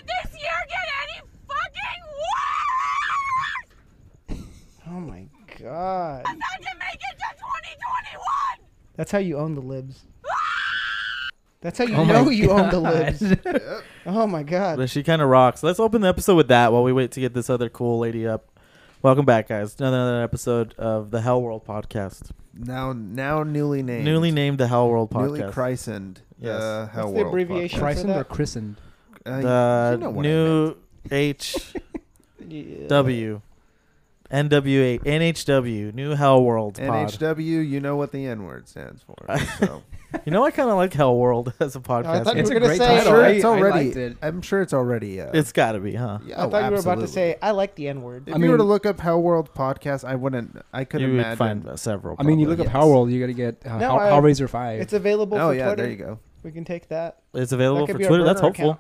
Oh That's how you own the libs. That's how you Oh my know you own the God. libs. Oh my god. But she kind of rocks. Let's open the episode with that while we wait to get this other cool lady up. Welcome back, guys. to Another episode of the Hell World Podcast, Now, now newly named. newly named the Hell World Podcast. Newly christened. Yes. Uh, What's Hell the World abbreviation Podcast. Christened Christened or or christened? Uh, the you know what I new meant. H Yeah. W N W A N H W New Hell World Pod. NHW. You know what the N word stands for. So. You know, I kind of like Hell World as a podcast. thought you name. It's were a gonna great say- I'm title. sure I- it's already. liked it. I'm sure it's already. Uh, it's got to be, huh? yeah, I oh, thought you were about to say absolutely. I like the N word. If I you were to mean- look up Hell World Podcast, I wouldn't. I could you imagine. would find uh, several. I mean, you probably. look up Yes. How World, you're gonna get uh, No, How, I- Howraiser Five. It's available Oh for yeah, Twitter. there you go. We can take that. It's That available could for be our Twitter. That's burner hopeful. account.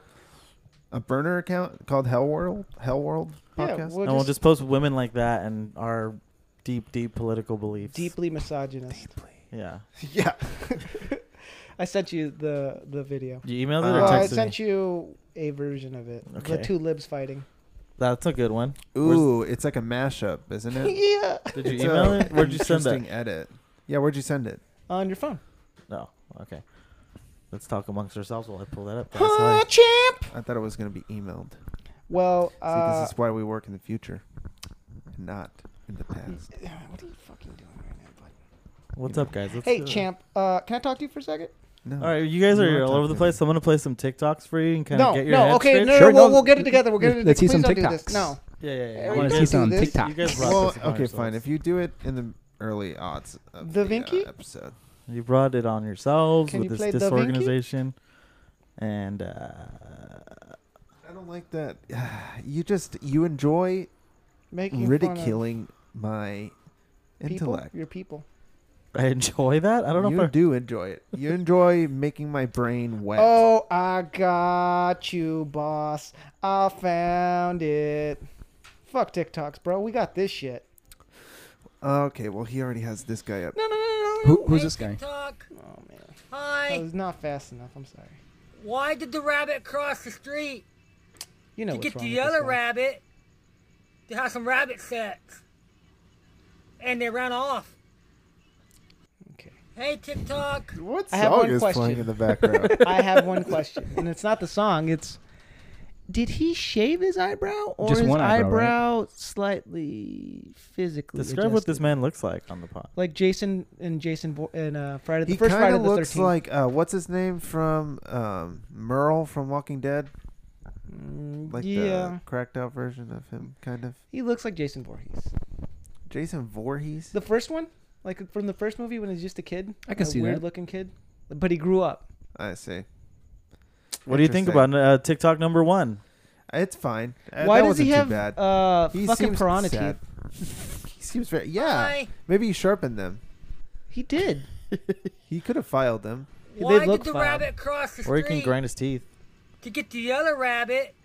A burner account called Hell World. Hell World Yeah, Podcast. we'll and we'll just just post women like that and our deep, deep political beliefs. deeply misogynist. Yeah. yeah. I sent you the the video. You emailed it or Uh, I texted sent me? you a version of it. The Okay. two libs fighting. That's a good one. Ooh, it's like a mashup, isn't it? yeah. Did you It's email a it? Where'd you send that? interesting Edit. Yeah, where'd you send it? On your phone. No. Oh, Okay. Let's talk amongst ourselves while I pull that up. guys. Huh, Hi. champ. I thought it was gonna be emailed. Well, See, uh, this is why we work in the future, and not in the past. what are you fucking doing right now, bud? What's up, guys? Let's Hey, do it. champ. Uh, can I talk to you for a second? No. All right, you guys You are wanna all talk over the to place. I'm gonna play some TikToks for you and kind of no, get your no. head Okay, straight. no, no, Sure, we'll, no, we'll get it together. We're let's- gonna let's see please some don't do this. TikToks. No. Yeah, yeah, yeah. I I we want to wanna can't see do some this. TikTok. You guys rock Well, this among okay, fine. yourselves. If you do it in the early aughts of The the, Vinky? uh, episode, You brought it on yourselves Can with you this play Da Vinci? disorganization, and uh, I don't like that. You just you enjoy Making ridiculing my fun of people, intellect. Your people. I enjoy that. I don't know you if I, do enjoy it. You enjoy making my brain wet. Oh, I got you, boss. I found it. Fuck TikToks, bro. We got this shit. Oh, Okay, well he already has this guy up. No, no, no, no. Who, who's this guy? Talk. no. Oh man, that Hi. was not fast enough. I'm sorry. Why did the rabbit cross the street You know to what's get wrong the with this other guy. rabbit to have some rabbit sex? And they ran off. Okay. Hey, TikTok. What I have song one is question. playing in the background? I have one question, and it's not the song. It's did he shave his eyebrow or Just his one eyebrow, eyebrow slightly physically? describe what this adjusted? man looks like on the pot. Like Jason and Jason Bo- and uh, Friday the he first kind Friday of the looks 13th. like uh, what's his name from um, Merle from Walking Dead, Mm, like yeah, the cracked out version of him, kind of. he looks like Jason Voorhees. Jason Voorhees. The first one, like from the first movie when he's just a kid. I can a see that. weird looking kid, but he grew up. I see. What do you think Interesting. about uh, TikTok number one? It's fine. Uh, Why that does he wasn't too have bad. uh He fucking seems piranha sad. teeth? he seems very yeah. Hi. Maybe he sharpened them. He did. He could have filed them. Why look did the fine. rabbit cross the Or he can street grind his teeth. to get the other rabbit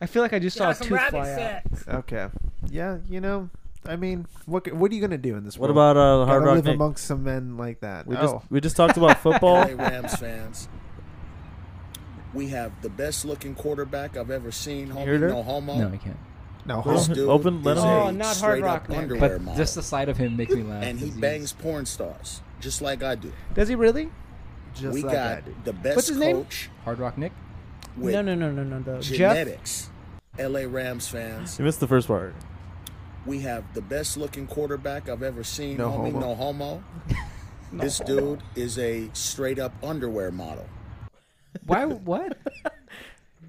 I feel like I just to saw a have some tooth rabbit fly out. sex? Okay. Yeah, you know, I mean, what c- what are you gonna do in this What about world? uh, Hard Gotta Rock live Nick? amongst some men like that? We oh, just we just talked about football. LA Rams fans. We have the best looking quarterback I've ever seen. heard Homie, her? no homo. No, I can't. no. Well, This Hold dude Open- let is him- a Oh, not Hard straight up Rock Nick. underwear But model. just the sight of him makes me laugh. and he 'cause he's- bangs porn stars just like I do. Does he really? just we like got that. the best What's his name? coach Hard Rock Nick. with no, no, no, no, no. The Jeff genetics. LA Rams fans. You missed the first part. We have the best looking quarterback I've ever seen. No homie, homo. no homo. this dude is a straight up underwear model. Why? What?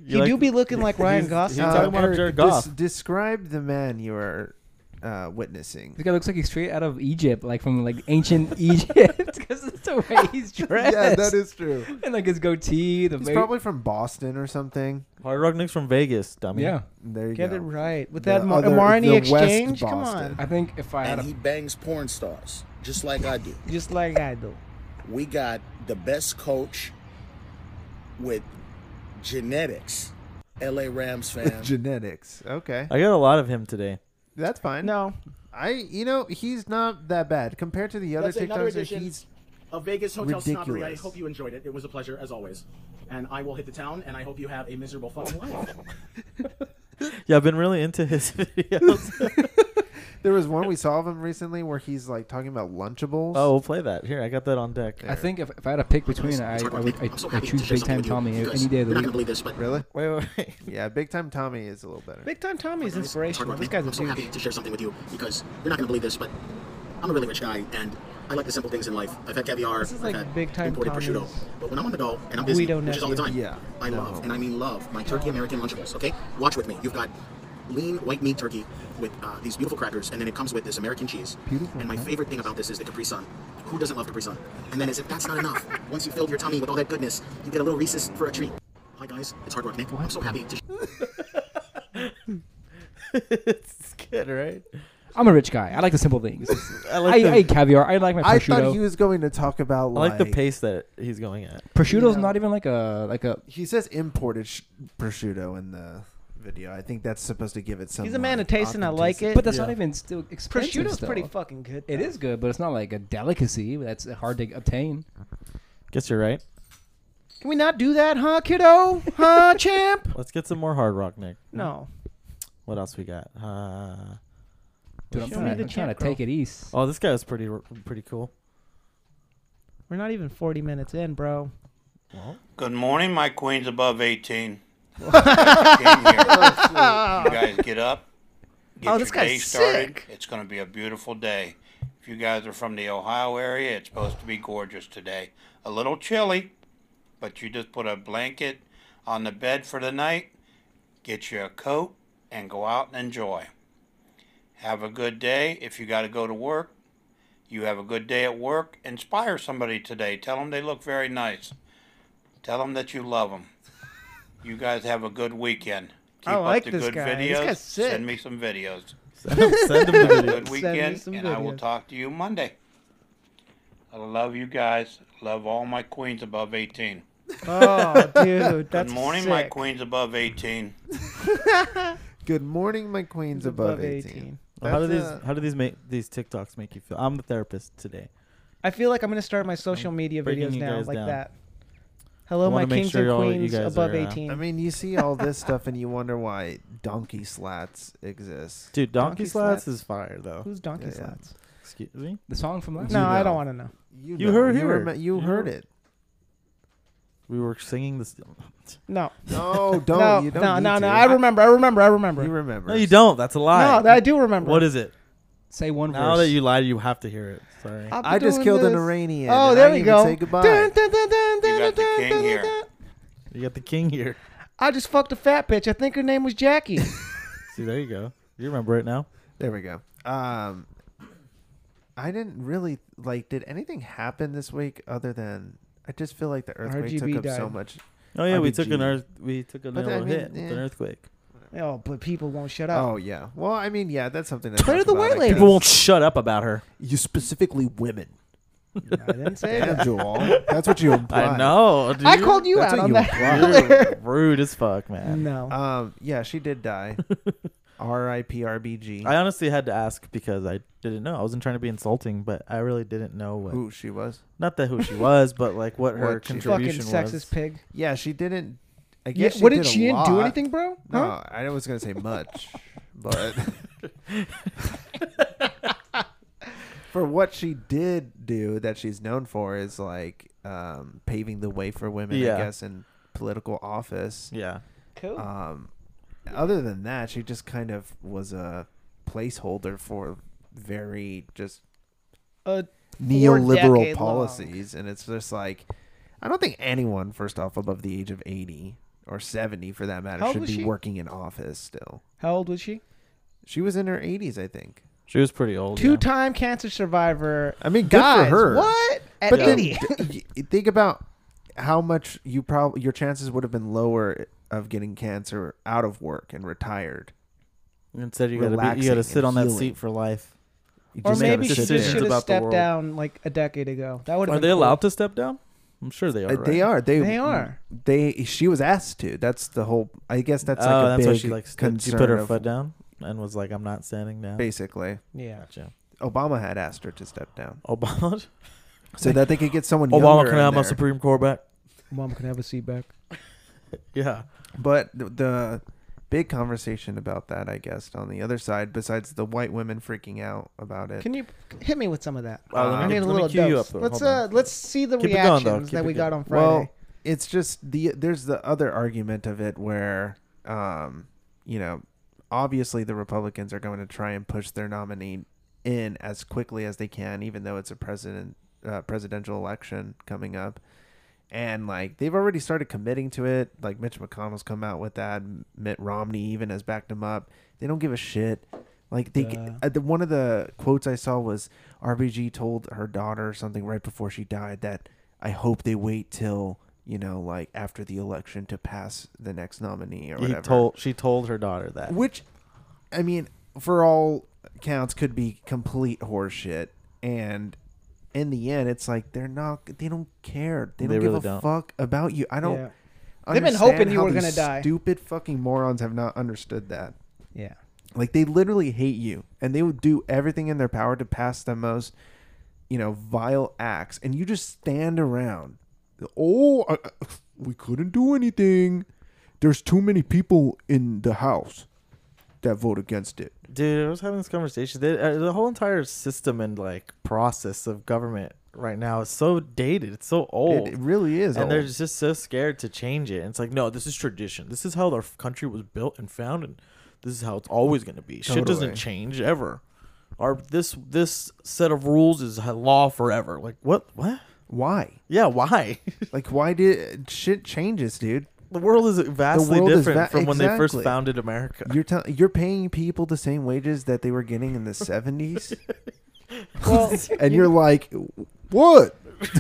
He do be looking like Ryan Gosling. He's talking about Eric, Jared des- Goff. describe the man you are uh, witnessing. This guy looks like he's straight out of Egypt, like from like ancient Egypt, because that's the way he's dressed. yeah, that is true. And like his goatee, the He's ba- probably from Boston or something. Hard Rock Nick's from Vegas, dummy. yeah. There you Get go. it right with The that Mar- other- Marnie the West exchange. Come Boston. on, I think if I had And a, he bangs porn stars just like I do. just like I do. we got the best coach with genetics. LA Rams fans. Genetics. Okay, I got a lot of him today. that's fine. No, I you know he's not that bad compared to the other That's another TikToks. that edition. He's A Vegas hotel snobbery. I Ridiculous. hope you enjoyed it. It was a pleasure as always. And I will hit the town, and I hope you have a miserable fucking life. Yeah, I've been really into his videos. There was one we saw of him recently where he's like talking about Lunchables. Oh, we'll play that. Here, I got that on deck. I think if, if I had to pick between, I, I would I, I choose Big Time Tommy any day of the week. this, but really? Wait, wait, wait. Yeah, Big Time Tommy is a little better. Big Time Tommy is inspirational. This guy's a I'm so dude. happy to share something with you because you're not going to believe this, but I'm a really rich guy and I like the simple things in life. I've had caviar, This is like I've had big time imported Tommy's prosciutto, but when I'm on the go and I'm busy, Guido which is all the nephew. time, Yeah, I no. love and I mean love my turkey American Lunchables. Okay, watch with me. You've got lean white meat turkey with uh, these beautiful crackers, and then it comes with this American cheese. Beautiful And my favorite thing about this is the Capri Sun. Who doesn't love Capri Sun? And then as if that's not enough, once you filled your tummy with all that goodness, you get a little Reese's for a treat. Hi guys, it's Hard Rock Nick. I'm so happy to. it's good, right? I'm a rich guy. I like the simple things. I I, like the, I eat caviar. I like my prosciutto. I thought he was going to talk about I like, like the pace that he's going at. Prosciutto's Yeah. not even like a like a. He says imported sh- prosciutto in the video. I think that's supposed to give it some. uh, He's a man of like, taste, and I like authenticity. it. But that's Yeah. not even still expensive. prosciutto's still. pretty fucking good. It though. is good, but it's not like a delicacy that's hard to obtain. Guess you're right. Can we not do that, huh, kiddo? Huh, champ? Let's get some more hard rock, Nick. No. What else we got? Uh, Dude, I'm Show trying, me the I'm trying to champ, girl. take it east. oh, this guy was pretty pretty cool. We're not even 40 minutes in, bro. Good morning, my queens above 18. I came here. You guys get up. Get Oh, your this guy's day started. sick. It's going to be a beautiful day. If you guys are from the Ohio area, it's supposed to be gorgeous today. A little chilly, but you just put a blanket on the bed for the night, get you a coat, and go out and enjoy. Have a good day. If you got to go to work, you have a good day at work. Inspire somebody today. Tell them they look very nice. Tell them that you love them. You guys have a good weekend. Keep I like up the this good guy. This videos. guy's sick. Send me some videos. Send him the Have a video. good Send me weekend, some and I will videos. talk to you Monday. I love you guys. Love all my queens above 18. Oh, dude, good that's morning, my sick. queens above 18. Good morning, my queen's He's above, 18. How do That's, these uh, How do these make these TikToks make you feel? I'm the therapist today. I feel like I'm gonna start my social media breaking videos you now, guys like down. that. Hello, I my wanna make kings sure and all you queens guys above are, uh, 18. I mean, you see all this stuff and you wonder why donkey slats exist. Dude, Donkey, Donkey Slats, Slats. is fire though. Who's donkey Yeah. slats? Excuse me. The song from last No, week. I Oh, know. don't want to know. You, You know, heard you here. remem- you You heard heard. it. We were singing this. No, No, don't. no, you don't no, need no, to. no. I remember. I remember. I remember. You remember. No, you don't. That's a lie. no, that I do remember. What is it? Say one Now verse. that you lied, you have to hear it. Sorry. I'll be I just doing killed an this. Iranian. and Oh, I there we didn't go. even Say goodbye. Dun, dun, dun, dun, dun, got the dun, king dun, here. dun. You got the king here. I just fucked a fat bitch. I think her name was Jackie. See, there you go. You remember it now. There we go. Um, I didn't really like. Did anything happen this week other than I just feel like the earthquake RGB took up so died. much. Oh yeah, we RBG. took an earth. We took a But I little mean, hit with yeah. an earthquake. oh, but people won't shut up. Oh yeah. Well, I mean, yeah, that's something. That's Where are the white ladies? People won't shut up about her. You specifically women. I didn't say that. Damn, Joel. That's what you imply. I know. Dude. I called you That's out what on you that. Rude, rude as fuck, man. no. Um. Yeah, she did die. R.I.P. R.B.G. I honestly had to ask because I didn't know. I wasn't trying to be insulting, but I really didn't know what Who she was? not that who she was, but like what her What she- Fucking contribution sexist was. pig. Yeah, she didn't. I Yeah, guess she what did did a she didn't do lot. anything, bro? No, Huh? I was gonna say much, but for what she did do that she's known for is like um, paving the way for women, I Yeah. guess, in political office. Yeah. Cool. Um, other than that, she just kind of was a placeholder for very just Uh, neoliberal decade long. policies, and it's just like I don't think anyone, first off, above the age of eighty or seventy for that matter, How old should was be she? working in office still. how old was she? She was in her 80s, I think. She was pretty old. yeah. Two-time cancer survivor. Oh, I mean, good Guys, for her. what? At But then, 80. d- y- think about how much you probably your chances would have been lower of getting cancer out of work and retired. Instead you gotta be, relaxing you gotta and sit on that healing. seat for life. You or just gotta maybe she sit just there. should have About the stepped world. down like a decade ago. That would Are have they allowed to step down? I'm sure they are. Uh, They right? are. They They are. They she was asked to. That's the whole. I guess that's like oh, a that's big why she like stood- she concern. put her of- foot down and was like, "I'm not standing down." Basically, Yeah. Gotcha. Obama had asked her to step down Obama. so that they could get someone. Obama younger can in I have my there. Supreme Court back. Mom can have a seat back. Yeah. But the, the big conversation about that, I guess, on the other side, besides the white women freaking out about it. Can you hit me with some of that? Uh, let me I need get- a let me little cue you dose. up, though. let's Hold uh, on. let's see the Keep it going, though. reactions Keep that it we got going. on Friday. well, it's just the there's the other argument of it where, um, you know, obviously the Republicans are going to try and push their nominee in as quickly as they can, even though it's a president uh, presidential election coming up. and like they've already started committing to it. Like Mitch McConnell's come out with that. Mitt Romney even has backed him up. They don't give a shit. Like they, uh, the, one of the quotes I saw was RBG told her daughter something right before she died that I hope they wait till you know like after the election to pass the next nominee or He whatever. told she told her daughter that. Which, I mean, for all counts, could be complete horseshit. And in the end, it's like they're not. They don't care. They don't They give really a don't. fuck about you. I don't. Yeah. They've been understand hoping you how were these gonna die. Stupid fucking morons have not understood that. yeah. Like they literally hate you, and they would do everything in their power to pass the most, you know, vile acts, and you just stand around. Oh, I, I- we couldn't do anything. There's too many people in the house that vote against it. Dude, I was having this conversation. They, uh, the whole entire system and like process of government right now is so dated. It's so old. It, it really is. and old. they're just so scared to change it. And it's like, no, this is tradition. This is how our country was built and founded. This is how it's always going to be. Shit doesn't Totally. change ever. Our this this set of rules is ha- law forever. Like what? What? why? Yeah, why? Like why did shit changes, dude? the world is vastly world is different va- from when they first exactly. founded America. You're tell- you're paying people the same wages that they were getting in the 70s. and you're like, "What?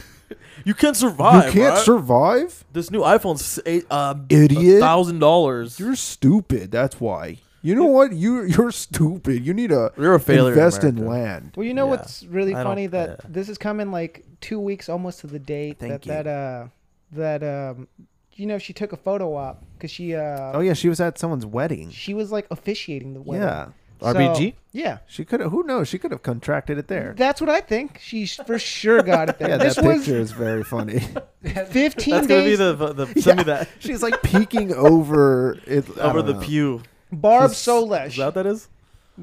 You can't survive. you can't right? survive? This new iPhone's eight uh, Idiot. thousand dollars. You're stupid. That's why. You know what? You you're stupid. You need to You're a failure in invest in America. land. Well, you know Yeah. what's really I don't- funny that yeah. this is coming like two weeks almost to the date Thank that that uh that um you know she took a photo op because she uh Oh yeah, she was at someone's wedding. she was like officiating the wedding. Yeah. So- RBG? yeah. She could have who knows? She could have contracted it there. That's what I think. She sh- for sure got it there. yeah, this that picture is was very funny. 15 That's gonna days. be the the send me Yeah. that She's like peeking over it I over don't the know. pew. Barb Is- Solesh Is that what that is?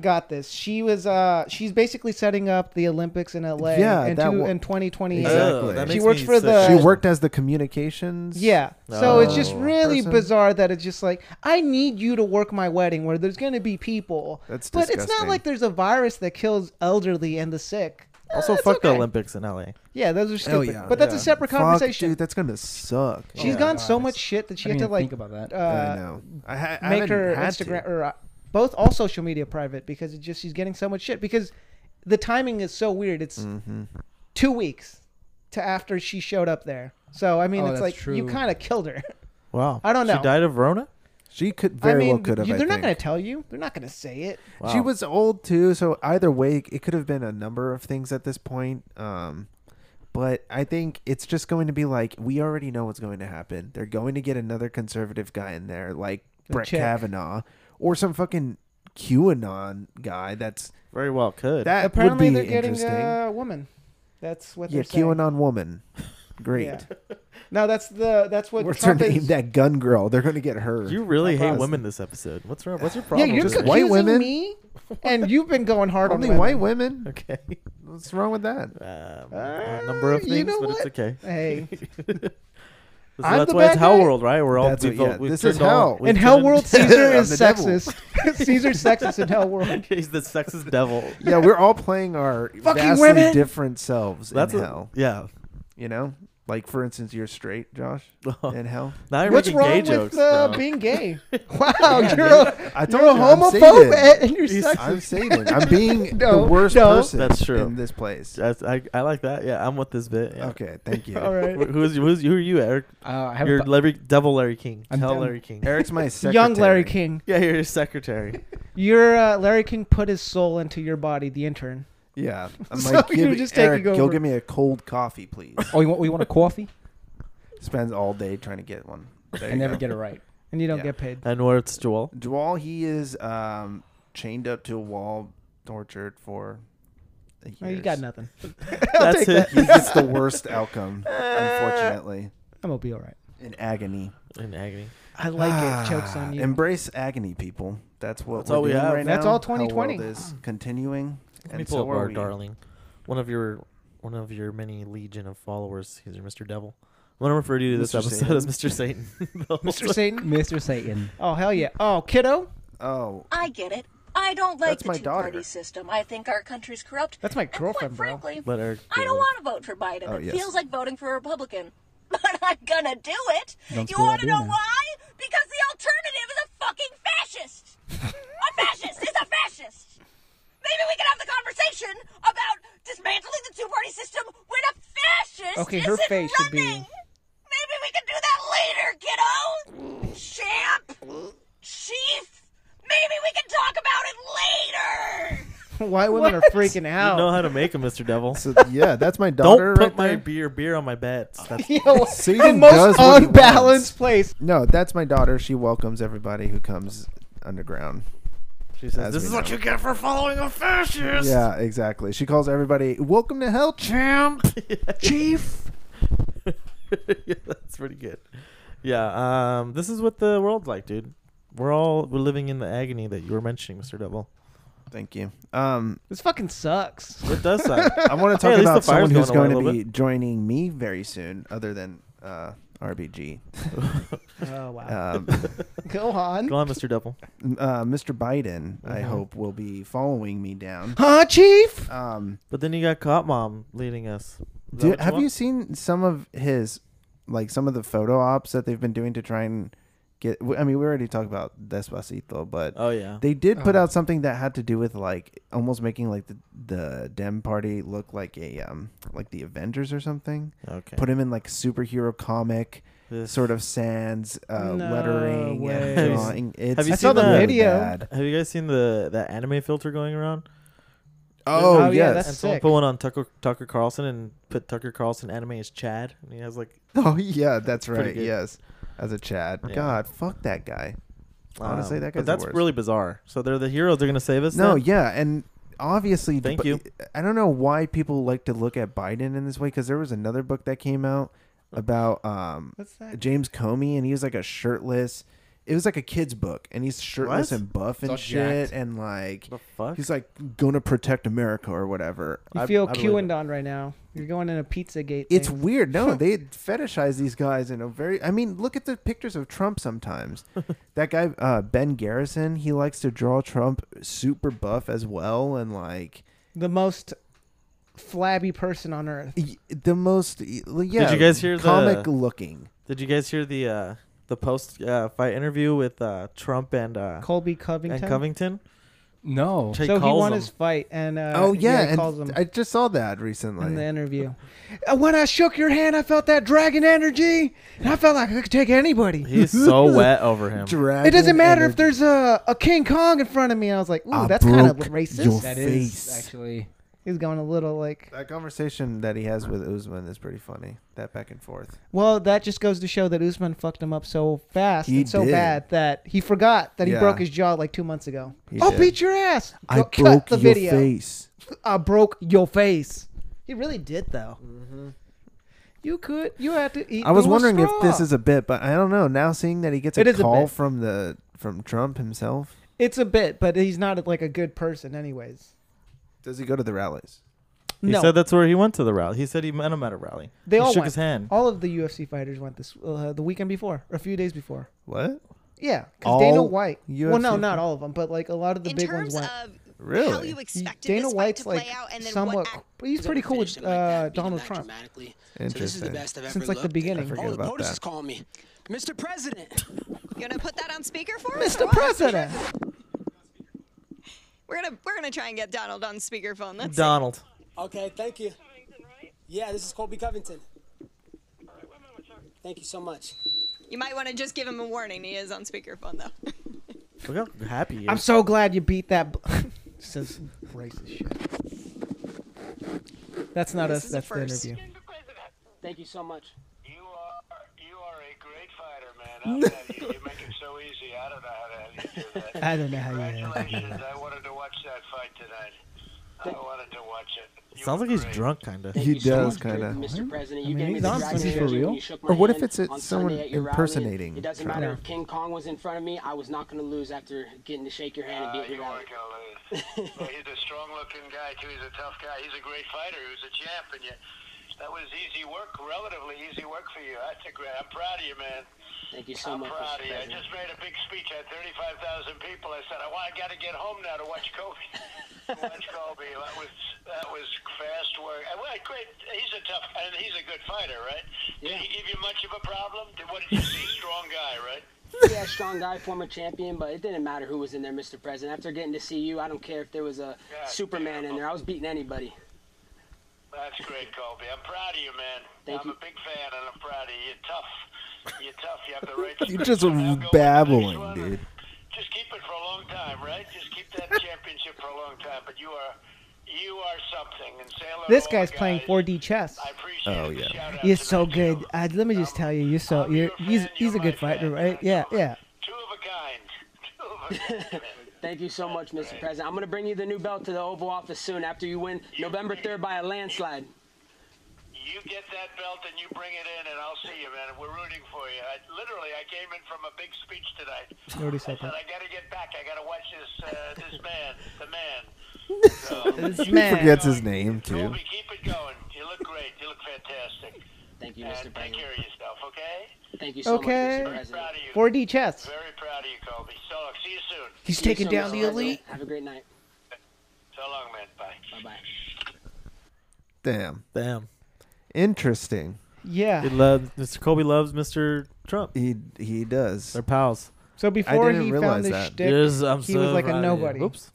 got this. She was uh she's basically setting up the Olympics in LA Yeah, in, that two, wa- in 2028. Exactly. Ugh, Oh, that She makes works me for sick. the- She worked as the communications. Yeah. So it's just Oh. really Person. bizarre that it's just like I need you to work my wedding where there's going to be people. That's but it's not disgusting. like there's a virus that kills elderly and the sick. Uh, Also, it's fuck the okay. Olympics in LA. Yeah, those are stupid. Hell yeah. but that's a Yeah. separate Fuck, conversation. dude. That's gonna suck. She's She's gotten so much shit that she I had didn't to even like think about that. Oh, I uh, know. I, ha- I make haven't her had to. Instagram or uh, both all social media private because it just she's getting so much shit because the timing is so weird. It's Mm-hmm. two weeks to after she showed up there. So I mean, Oh, that's it's like you true. kind of killed her. Wow. I don't know. She died of Rona. She could very I mean, well could have. you- I they're not think. going to tell you. They're not going to say it. She was old too, so either way, it could have been a number of things at this point. Um, but I think it's just going to be like we already know what's going to happen. They're going to get another conservative guy in there, like Brett chick. Kavanaugh, or some fucking QAnon guy. That's Very well could. that Apparently, would be they're getting interesting. a woman. That's what yeah, they're saying. QAnon woman. Great. Yeah. No, that's the that's what What's her Trump name? is- That gun girl. They're going to get her. you really hate Awesome. women this episode. What's wrong? What's your Yeah, problem? you're with Just confusing it? white women? me, and you've been going hard Only on women. Uh, white women. okay. What's wrong with that? Um, a number of you things, know but what? it's okay. Hey, So I'm that's the why it's bad Hell guy? World, right? We're all That's we what- vote- yeah, we've this is turned all- hell. we've in Hell turned- World, Caesar I'm is the devil. sexist. Caesar's sexist in Hell World. He's the sexist devil. yeah, we're all playing our vastly women! different selves That's in a- hell. yeah. You know, like for instance, you're straight, Josh, in hell. Now you're What's making wrong gay with jokes. uh, bro. being gay? Wow, you're a, I you're a told you, I'm homophobe saving. and you're He's- sexist. I'm saving. I'm being No, the worst no. person. That's true. In this place. That's- I, I like that. Yeah, I'm with this bit. yeah. Okay, thank you. All right. Wh- Who's who's who are you, Eric? Uh, I have You're a, Larry Devil Larry King. I'm Hell down. Larry King. Eric's my secretary. Young Larry King. Yeah, you're his secretary. Your uh, Larry King put his soul into your body, the intern. Yeah, I'm So like, you're give, just Eric, taking go over. give me a cold coffee, please. oh, you want, you want a coffee? Spends all day trying to get one. There I you never go. get it right. And you don't Yeah. get paid. and where it's Joel. Dwal, he is um, chained up to a wall, tortured for. Oh, years. you got nothing. That's it. He gets the worst outcome, unfortunately. Ah. I'm gonna be all right. in agony. Ah, in agony. I like it. Chokes on you. Embrace agony, people. That's what That's we're all we doing have. Hmm. right That's now. all How 2020. World is continuing. Let me and pull so up are our we. darling, one of your one of your many legion of followers. He's your Mr. Devil. I'm gonna refer to you this Mr. episode Satan. as Mr. Satan. Mr. Satan. Mr. Satan. Oh hell yeah. Oh kiddo. Oh, I get it. I don't like That's the my two-party daughter. system. I think our country's corrupt. That's my and girlfriend, bro. quite frankly, Let her I go. don't want to vote for Biden. Oh, it yes. feels like voting for a Republican. But I'm gonna do it. Don't you screw want up to know either. why? Because the alternative is a fucking fascist. a fascist is a fascist. Maybe we can have the conversation about dismantling the two-party system when a fascist Okay, is her face should be- running. Maybe we can do that later, kiddo. Champ, chief. Maybe we can talk about it later. Why women are freaking out? You know how to make a Mr. Devil. so, yeah, that's my Don't daughter. put right my there. beer beer on my beds. That's Yo, the Satan most does what he unbalanced place. No, that's my daughter. She welcomes everybody who comes underground. she says. As This we is what know. you get for following a fascist. Yeah, exactly. She calls everybody, "Welcome to hell, champ." Chief. yeah, that's pretty good. Yeah, um, this is what the world's like, dude. We're all we're living in the agony that you were mentioning, Mr. Devil. Thank you. Um, This fucking sucks. It does suck. I want to Hey, at talk least about the fire's someone who's going away going a to little be joining me very soon, other than uh, RBG. Oh wow. Um, Go on. Go on, Mr. Devil. uh, Mr. Biden, I hope, will be following me down. Huh, Chief? Um, But then you got cop mom leading us. Is that do- what have you want? seen some of his, like some of the photo ops that they've been doing to try and get? w- I mean, we already talked about Despacito, but Oh yeah. they did put out something that had to do with like almost making like the the Dem Party look like a um like the Avengers or something. okay. Put him in like superhero comic. sort of sans uh, No lettering way. and drawing. It's Have you it's seen the really video? bad. Have you guys seen the that anime filter going around? Oh, Oh, yeah, yes. that's- and someone sick. put one on Tucker Tucker Carlson and put Tucker Carlson anime as Chad, and he has like oh yeah, that's Pretty right. good. Yes, as a Chad. Yeah. God, fuck that guy. Honestly, that guy's But the that's worst. really bizarre. So they're the heroes. They're gonna save us. No, then? yeah, and obviously, Thank but- you. I don't know why people like to look at Biden in this way because there was another book that came out about um What's that? James Comey, and he was like a shirtless. It was like a kid's book, and he's shirtless What? and buff and all shit, jacked. and like The fuck? he's like gonna protect America or whatever. You I- feel I believe Q and it. on right now. You're going in a pizza gate. It's thing. weird. No, they fetishize these guys in a very. I mean, look at the pictures of Trump sometimes. that guy, uh, Ben Garrison, he likes to draw Trump super buff as well, and like the most flabby person on earth. y- the most. y- Yeah, you guys hear the- comic looking? Did you guys hear the uh, the post uh, fight interview with uh, Trump and uh, Colby Covington. and Covington? No. He so he calls won him. his fight, and uh, oh yeah, he calls him and I just saw that recently. in the interview. "Uh, When I shook your hand, I felt that dragon energy, and I felt like I could take anybody. He's so wet over him. Dragon it doesn't matter if energy. there's a, a King Kong in front of me. I was like, ooh, I that's kind of broke racist. your That That is is. Face. actually. He's going a little like. That conversation that he has with Usman is pretty funny. That back and forth. Well, that just goes to show that Usman fucked him up so fast He and so did. bad that he forgot that he Yeah. broke his jaw like two months ago. He I'll did. Oh, beat your ass. I Go- broke your face. I broke your face. He really did though. Mm-hmm. You could. You had to eat. I was through a wondering if straw. this is a bit, but I don't know. Now seeing that he gets a It is a call bit. from the from Trump himself, It's a bit, but he's not like a good person, anyways. does he go to the rallies? He no, said that's where he went to the rally. He said he met him at a rally. they he all shook his went. hand. All of the UFC fighters went this uh, the weekend before, or a few days before. What? Yeah, because Dana All White. well, UFC no, not all of them, but like a lot of the in big terms ones went. of how Really? you expected Dana this fight to White's play like out and then somewhat. what act- he's pretty cool with uh, Donald Trump. So this is the Interesting. best I've ever Since, like, the looked. beginning. I forget Oh, the about POTUS that. is calling me. Mr. President. you're gonna put that on speaker for us? or Mr. what? President. We're gonna we're gonna try and get Donald on speakerphone. Let's see. Donald. Okay, thank you. Yeah, this is Colby Covington. Thank you so much. You might want to just give him a warning. He is on speakerphone though. Look how happy he I'm is. so glad you beat that. B- Says racist shit. That's not us. is a That's the first. interview. Thank you so much. You are you are a great fighter, man. I'll tell you, you make it so easy. I don't know how the hell you do that. I don't know how you. Congratulations! I wanted to watch that fight tonight. Sounds like he's drunk, kind of. Thank He you so does, much, kinda. Mr. President, I you mean, gave me he's the on dragon some shit shit. For and real? you shook my Or what if hand it's- it's on someone Sunday at your rally. impersonating It doesn't Trump? matter if King Kong was in front of me. I was not going to lose after getting to shake your hand and get your rally. Thank you so much, Mr. President. yeah, strong guy, former champion, but it didn't matter who was in there, Mr. President. After getting to see you, I don't care if there was a Superman in there. I was beating anybody. That's great, Colby. I'm proud of you, man. Thank I'm you. a big fan, and I'm proud of you. You're tough. You're tough. You have the right. You're just spirit. Now go with the next babbling, one. dude. Just keep it for a long time, right? Just keep that championship for a long time. But you are, you are something. And say hello. This to all guy's the playing guys. 4D chess. Oh yeah, You're so good. Uh, let me just tell you, you're so you're he's he's a good fighter, right? Yeah, yeah. Thank you so much, Mr. President. I'm going to bring you the new belt to the Oval Office soon after you win November 3rd by a landslide. I already said that. Uh, He forgets his name too. Thank you, Mr. President. Take care of yourself, okay? Thank you so Okay. much, Mr. President. 4D chess. He's Thank you taking so down much, the Mr. President. elite. Have a great night. Damn. Damn. Interesting. Yeah. He loves Mr. Colby loves Mr. Trump. He he does. They're pals. So before didn't he realize found this that. shtick, Yes, I'm he so was like proud a of you. nobody. Oops.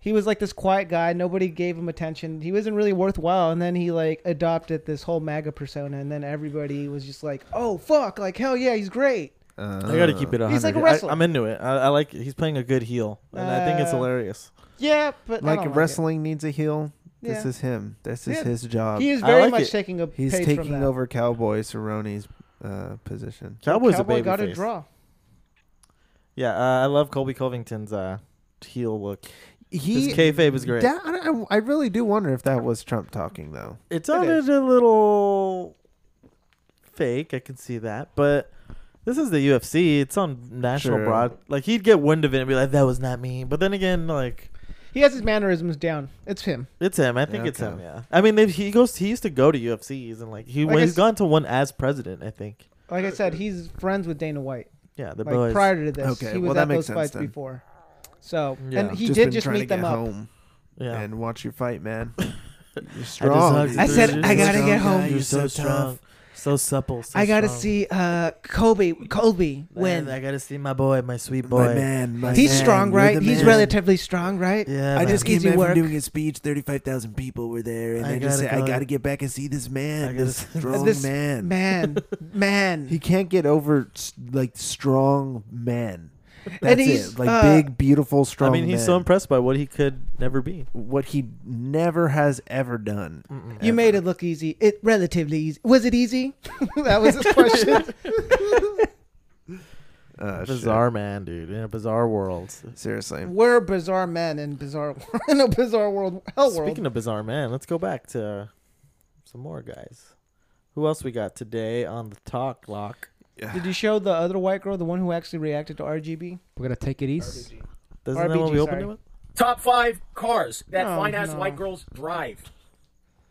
He was like this quiet guy. Nobody gave him attention. He wasn't really worthwhile. And then he like adopted this whole MAGA persona. And then everybody was just like, "Oh fuck! Like hell yeah, he's great." Uh-huh. I gotta keep it. Uh, 100. He's like a I, wrestler. I'm into it. I, I like. He's playing a good heel, and I think it's Uh, hilarious. yeah, but I like don't like it. wrestling needs a heel. This Yeah. is him. This is Yeah. his job. He is I very like much it. taking a He's page taking from that. over Cowboy Cerrone's uh, position. Cowboy's Cowboy a baby got a face. draw. Yeah, uh, I love Colby Covington's uh, heel look. He His kayfabe is great. That, I, I really do wonder if that was Trump talking though. It sounded a little fake. I can see that, but this is the UFC. It's on national Sure. broad. Like he'd get wind of it and be like, "That was not me." But then again, like He has his mannerisms down. It's him. it's him. I think it's Okay. him. Yeah. I mean, they, he goes. He used to go to UFCs and like he Like he's it's- gone to one as president. I think. Like I said, he's friends with Dana White. Yeah, the like boys. prior to this, Okay, he was well, that at makes those sense fights then. before. So, Yeah. and he been did just trying to meet them get up. home yeah. and watch your fight, man. You're strong. hugged I you. said, You're "I gotta strong get home." guy. You're so strong, so supple. so I gotta strong. see uh Kobe. Kobe Man, when I gotta see my boy, my sweet boy. my he's strong, you're right? the He's man. relatively strong, right? Yeah, I man. just Easy came back work. from doing a speech. Thirty-five thousand people were there, and I I, just gotta said, go. "I got to get back and see this man, gotta this see- strong This man." man, man. He can't get over s- like strong men. That's he's, it. Like uh, big, beautiful, I strong. mean, he's men. so impressed by what he could never be. what he never has ever done. you made it look easy. It relatively easy. Was it easy? that was his question. Uh, bizarre man, dude, in a bizarre world. shit. Seriously. We're bizarre men in bizarre in a bizarre world, hell world. Speaking of bizarre man, let's go back to some more guys. Who else we got today on the talk lock? Did you show the other white girl, the one who actually reacted to RGB? We're gonna take it east. Doesn't that what RBG, we opened sorry. it with? Top five cars that No, fine ass Oh, no. white girls drive.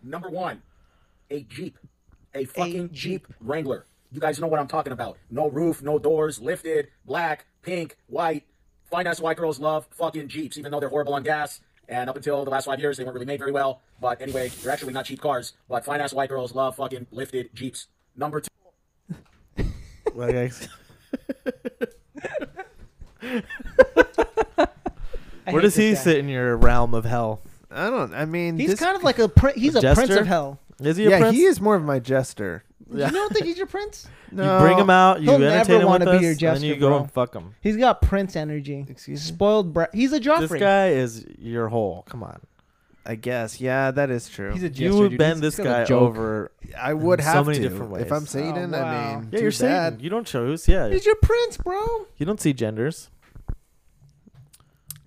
Number one, a Jeep. A fucking Jeep Wrangler. You guys know what I'm talking about. No roof, no doors, lifted, black, pink, white. Fine ass white girls love fucking Jeeps, even though they're horrible on gas. And up until the last five years, they weren't really made very well. But anyway, they're actually not cheap cars. But fine ass white girls love fucking lifted Jeeps. Number two. Like, I- I Where hate does he this guy. sit in your realm of hell? I don't. I mean, He's this- kind of like a prin- he's a, prince jester? of hell. Is he a yeah. prince? He is more of my jester. You don't think he's your prince? No, you bring him out, you He'll never entertain him with wanna be us, your and then you jester, go bro. and fuck him. He's got prince energy. Excuse me? Spoiled brat. He's a Joffrey. This guy is your whole. Come on. I guess. Yeah, that is true. He's a You jester, would dude. bend He's this got a guy joke. over. I would in so have many to. different If I'm ways. Satan, Oh, I wow. mean, Yeah, too you're bad. Satan. You don't choose. Yeah, He's your prince, bro. you don't see genders.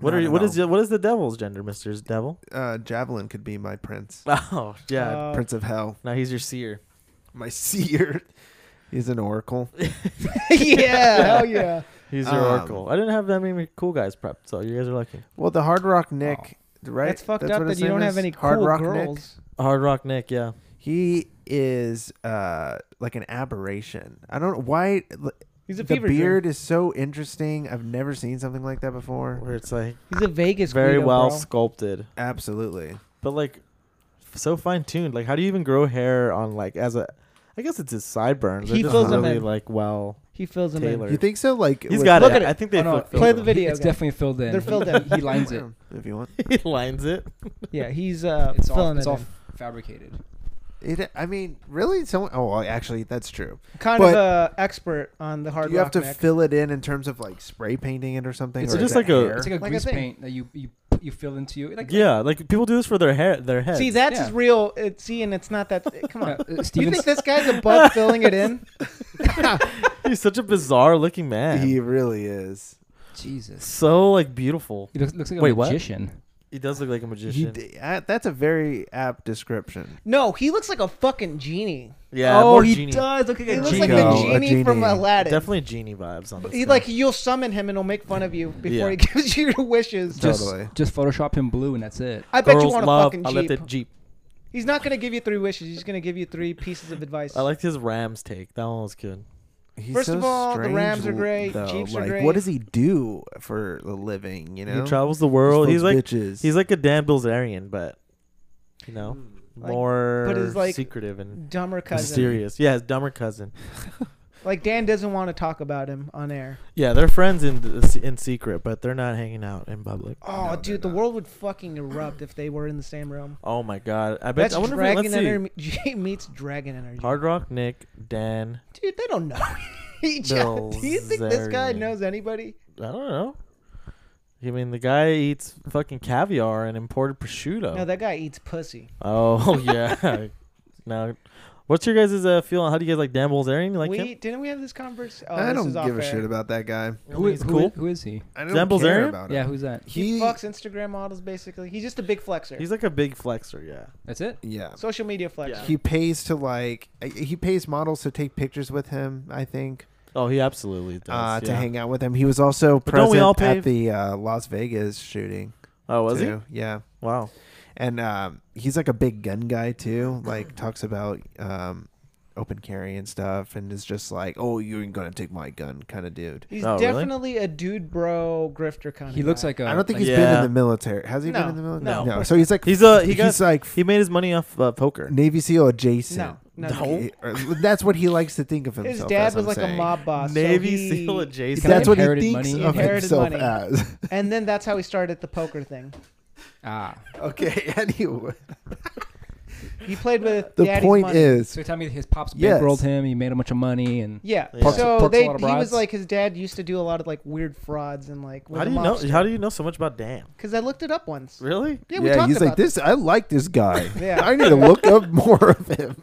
What I are you? don't What know. is the, what is the devil's gender, Mister Devil? Uh, Javelin could be my prince. Oh yeah, Uh, Prince of Hell. Now he's your seer. My seer. He's an oracle. hell yeah. He's your Um, oracle. I didn't have that many cool guys prepped, so you guys are lucky. Well, the Hard Rock Nick, right? That's fucked up what that his you name don't is? have any Hard cool Rock Nick. girls. Hard Rock Nick, yeah. He is uh like an aberration. I don't know why. He's a the fever dream. beard is so interesting. I've never seen something like that before. Where it's like He's a Vegas very Guido, well bro. sculpted, absolutely. but like f- so fine tuned. Like, how do you even grow hair on like as a? I guess it's his sideburns. They're He just fills 'em really in. like well. He fills 'em in. tailored. You think so? Like He's with- got Look it. at it. I think they Oh, no, full- Play filled the him. video. It's again. definitely filled in. They're filled in. he lines it. if you want. He lines it. Yeah, he's uh, It's all, filling it's it all in. fabricated. It. I mean, really? Someone? Oh, well, actually, that's true. Kind But of a expert on the hard you have rock to neck. fill it in in terms of like spray painting it or something. It's or just is it like a- hair? It's like a Like a grease thing. paint that you you you fill into you. Like, Yeah, like people do this for their hair, their head. See, that's Yeah. real. It, see, and it's not that. Come on. uh, you Steven's- think this guy's above filling it in? he's such a bizarre looking man. He really is. Jesus. so like beautiful. He looks, looks like Wait, a what? magician. He does look like a He magician. d- uh, that's a very apt description. No, he looks like a fucking genie. Yeah, oh, more he genie. does look like He a looks genie. like No, the a genie, from genie. Aladdin. Definitely genie vibes on this. He thing. like you'll summon him and he'll make fun of you before Yeah. he gives you your wishes. just, Totally. just Photoshop him blue and that's it. I bet Girls you want a love fucking I left jeep. that jeep. He's not gonna give you three wishes. He's gonna give you three pieces of advice. I liked his Rams take. That one was good. He's First so of all, the strange Rams are l- great, Chiefs are like, great. What does he do for a living? You know, He travels the world. He's Those like bitches. Hmm. he's like a Dan Bilzerian, but you know Like, more but his, like, secretive and Dumber cousin. mysterious. Yeah, his dumber cousin. Like Dan doesn't want to talk about him on air. Yeah, they're friends in the, in secret, but they're not hanging out in public. Oh, No, dude, the they're not. world would fucking erupt if they were in the same room. Oh my god! I bet. That's I wonder if dragon let's see. energy meets dragon energy. Hard Rock Nick Dan. Dude, they don't know each other. Do you think this guy Bilzerian. knows anybody? I don't know. I mean, the guy eats fucking caviar and imported prosciutto. No, that guy eats pussy. oh yeah. now, what's your guys' uh, feeling? How do you guys like Dan Bilzerian? You like we him? didn't we have this conversation? Oh, I this don't is off give a air. shit about that guy. Who is he's cool. Who is he? I don't Zambles care area? about Yeah, him. who's that? He he, fucks Instagram models basically. He's just a big flexer. He's like a big flexer, yeah. That's it. yeah. social media flexer. He pays to like uh, he pays models to take pictures with him. I think Oh, he absolutely does. uh, to yeah. hang out with him. He was also But present don't we all pay- at the uh, Las Vegas shooting. Oh, was too. Yeah, he? Wow. and um, he's like a big gun guy too. Like talks about um, open carry and stuff, and is just like, "Oh, you're gonna take my gun," kind of dude. He's Oh, really? definitely a dude bro grifter kind of He looks guy. like a. I don't think like, he's Yeah. been in the military. Has he No, been in the military? no. So he's like He's a he he's got like he made his money off uh, poker. Navy SEAL adjacent. No, no, no. Okay, or- That's what he likes to think of himself. His as, dad was I'm like a saying. mob boss. so Navy he- SEAL Kinda adjacent. That's what he inherited thinks money. of Inherited himself money. as. And then that's how he started the poker thing. Ah. okay. Anyway, He played with the daddy's point money. is, So you tell me that his pops Yes. bankrolled him. He made a bunch of money and. Yeah. Parks- so Parks they a lot of he was broads. like his dad used to do a lot of like weird frauds and like How do you know? How do you know so much about Dan? Because I looked it up once. Really? Yeah, we yeah, talked he's about like this. I like this guy. Yeah. I need to look up more of him.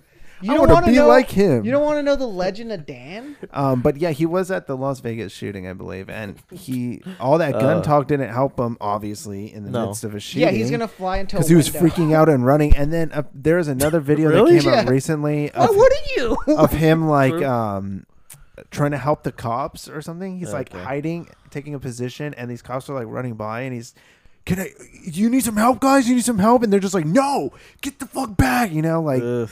I You don't wanna want to be know, like him. You don't want to know the legend of Dan? Um, but yeah, he was at the Las Vegas shooting, I believe, and he all that gun Uh, talk didn't help him. Obviously, in the No. midst of a shooting, Yeah, he's gonna fly into. because he was freaking out and running. And then uh, there was another video Really? that came up Yeah. recently Why of, wouldn't you? of him like True. um trying to help the cops or something. He's like Okay. hiding, taking a position, and these cops are like running by, and he's. Can I? You need some help, guys. You need some help, and they're just like, "No, get the fuck back!" You know, like Ugh.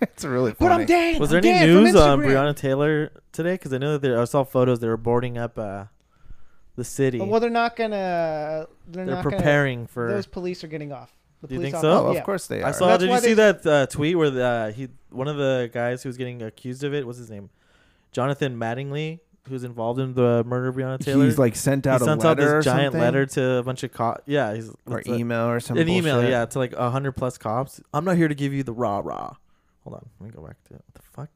it's really. Funny. But I'm Dan. Was there I'm any Dan from news on Instagram. Breonna Taylor today? Because I know that there, I saw photos. They were boarding up uh, the city. Well, they're not gonna. They're, They're not preparing Gonna, for. those police are getting off. The Do you police think officers- so? Oh, of yeah. course they are. I saw. That's Did why you see they- that uh, tweet where the, uh, he one of the guys who was getting accused of it? What's his name? Jonathan Mattingly, who's involved in the murder of Breonna Taylor. He's like sent he out a sent letter out or this giant something? letter to a bunch of cops. Yeah, he's or it's a- email or an something. email. Yeah, to like a hundred plus cops. I'm not here to give you the rah rah. Hold on, let me go back to it. What the fuck.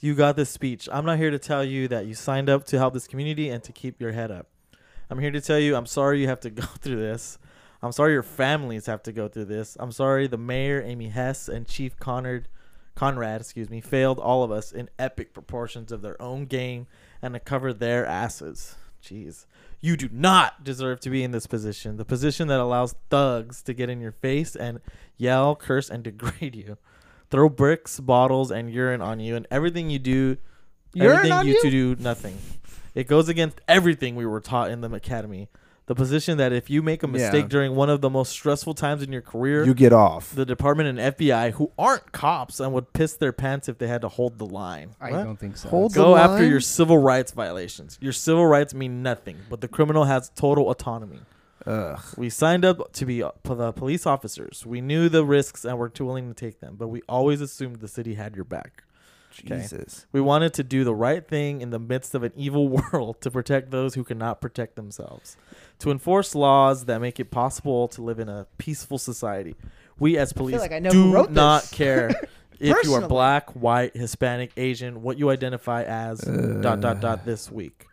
You got this speech. I'm not here to tell you that you signed up to help this community and to keep your head up. I'm here to tell you I'm sorry you have to go through this. I'm sorry your families have to go through this. I'm sorry the mayor Amy Hess and Chief Conrad Conrad, excuse me, failed all of us in epic proportions of their own game and to cover their asses. Jeez. You do not deserve to be in this position. The position that allows thugs to get in your face and yell, curse, and degrade you. Throw bricks, bottles, and urine on you, and everything you do, Urine everything on you, you? to do nothing. It goes against everything we were taught in the academy. The position that if you make a Yeah. mistake during one of the most stressful times in your career, You get off. The department and FBI, who aren't cops and would piss their pants if they had to hold the line. I What? don't think so. Hold Hold Go the after line? your civil rights violations. Your civil rights mean nothing, but the criminal has total autonomy. Ugh. We signed up to be uh, po- the police officers. We knew the risks and were too willing to take them, but we always assumed the city had your back. 'Kay? Jesus. We wanted to do the right thing in the midst of an evil world to protect those who cannot protect themselves, to enforce laws that make it possible to live in a peaceful society. We as police like I know do who wrote not this. care if you are Personally. black, white, Hispanic, Asian, what you identify as dot dot Uh. dot this week.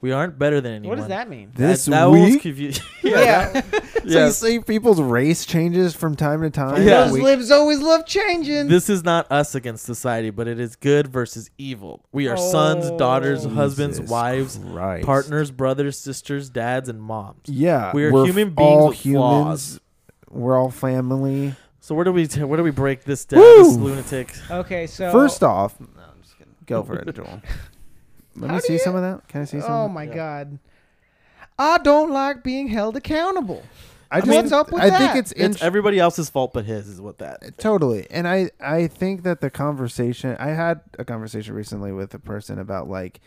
We aren't better than anyone. What does that mean? This that, that was week? confu- Yeah. that- So yeah. you see people's race changes from time to time. Yeah. Those lives always love changing. This is not us against society, but it is good versus evil. We are sons, Oh. daughters, husbands, Jesus wives, Christ. partners, brothers, sisters, dads, and moms. Yeah, we are we're human f- beings with flaws. We're all family. So where do we where do we break this down? Woo! This lunatic. Okay, so First off, no, I'm just kidding. Go for it, Joel. Let How me do see you- some of that. Can I see some? Oh of that? my god. I don't like being held accountable. I just, What's up with I that? think it's, It's int- everybody else's fault but his is what that. totally and i i think that the conversation i had a conversation recently with a person about like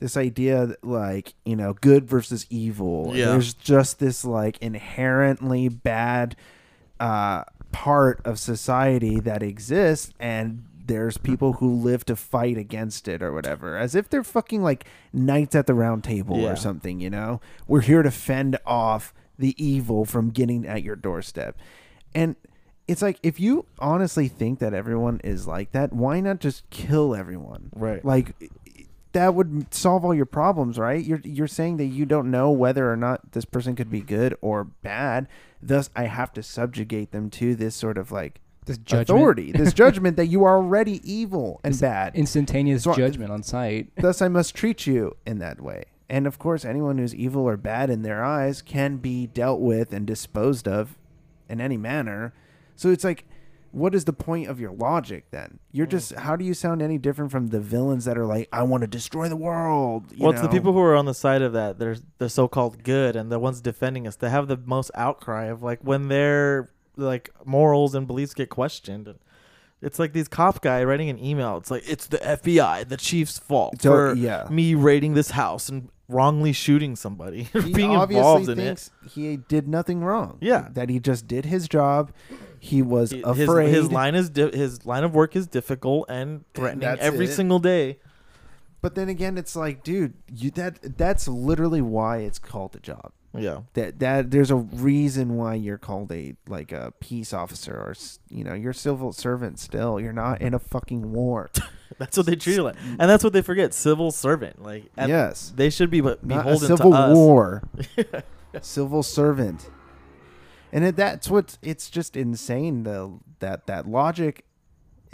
this idea that, like you know good versus evil And Yeah. there's just this like inherently bad uh part of society that exists and there's people who live to fight against it or whatever as if they're fucking like knights at the round table Yeah. or something you know we're here to fend off the evil from getting at your doorstep and it's like if you honestly think that everyone is like that, why not just kill everyone? Right. Like that would solve all your problems, right? You're you're saying that you don't know whether or not this person could be good or bad. Thus, I have to subjugate them to this sort of like This judgment. authority, this judgment that you are already evil and bad. Instantaneous So- judgment on sight. Thus, I must treat you in that way. And of course, anyone who's evil or bad in their eyes can be dealt with and disposed of in any manner. So it's like, what is the point of your logic then? Mm. You're just, how do you sound any different from the villains that are like, I want to destroy the world? You Well, it's the know? people who are on the side of that. They're the so-called good and the ones defending us. They have the most outcry of like when their like morals and beliefs get questioned. It's like these cop guy writing an email. It's like it's the FBI, the chief's fault So- for yeah. me raiding this house and wrongly shooting somebody, He being obviously involved in it. thinks He did nothing wrong. Yeah. That he just did his job. He was He- His, afraid. his line is di- his line of work is difficult and threatening That's every it. single day. But then again, it's like, dude, you that that's literally why it's called a job. Yeah. that that there's a reason why you're called a like a peace officer or s- you know you're civil servant still you're not in a fucking war That's what they treat it like, and that's what they forget. Civil servant, like at- Yes. they should be be- not beholden a civil to us. war civil servant and it, that's what it's just insane the that that logic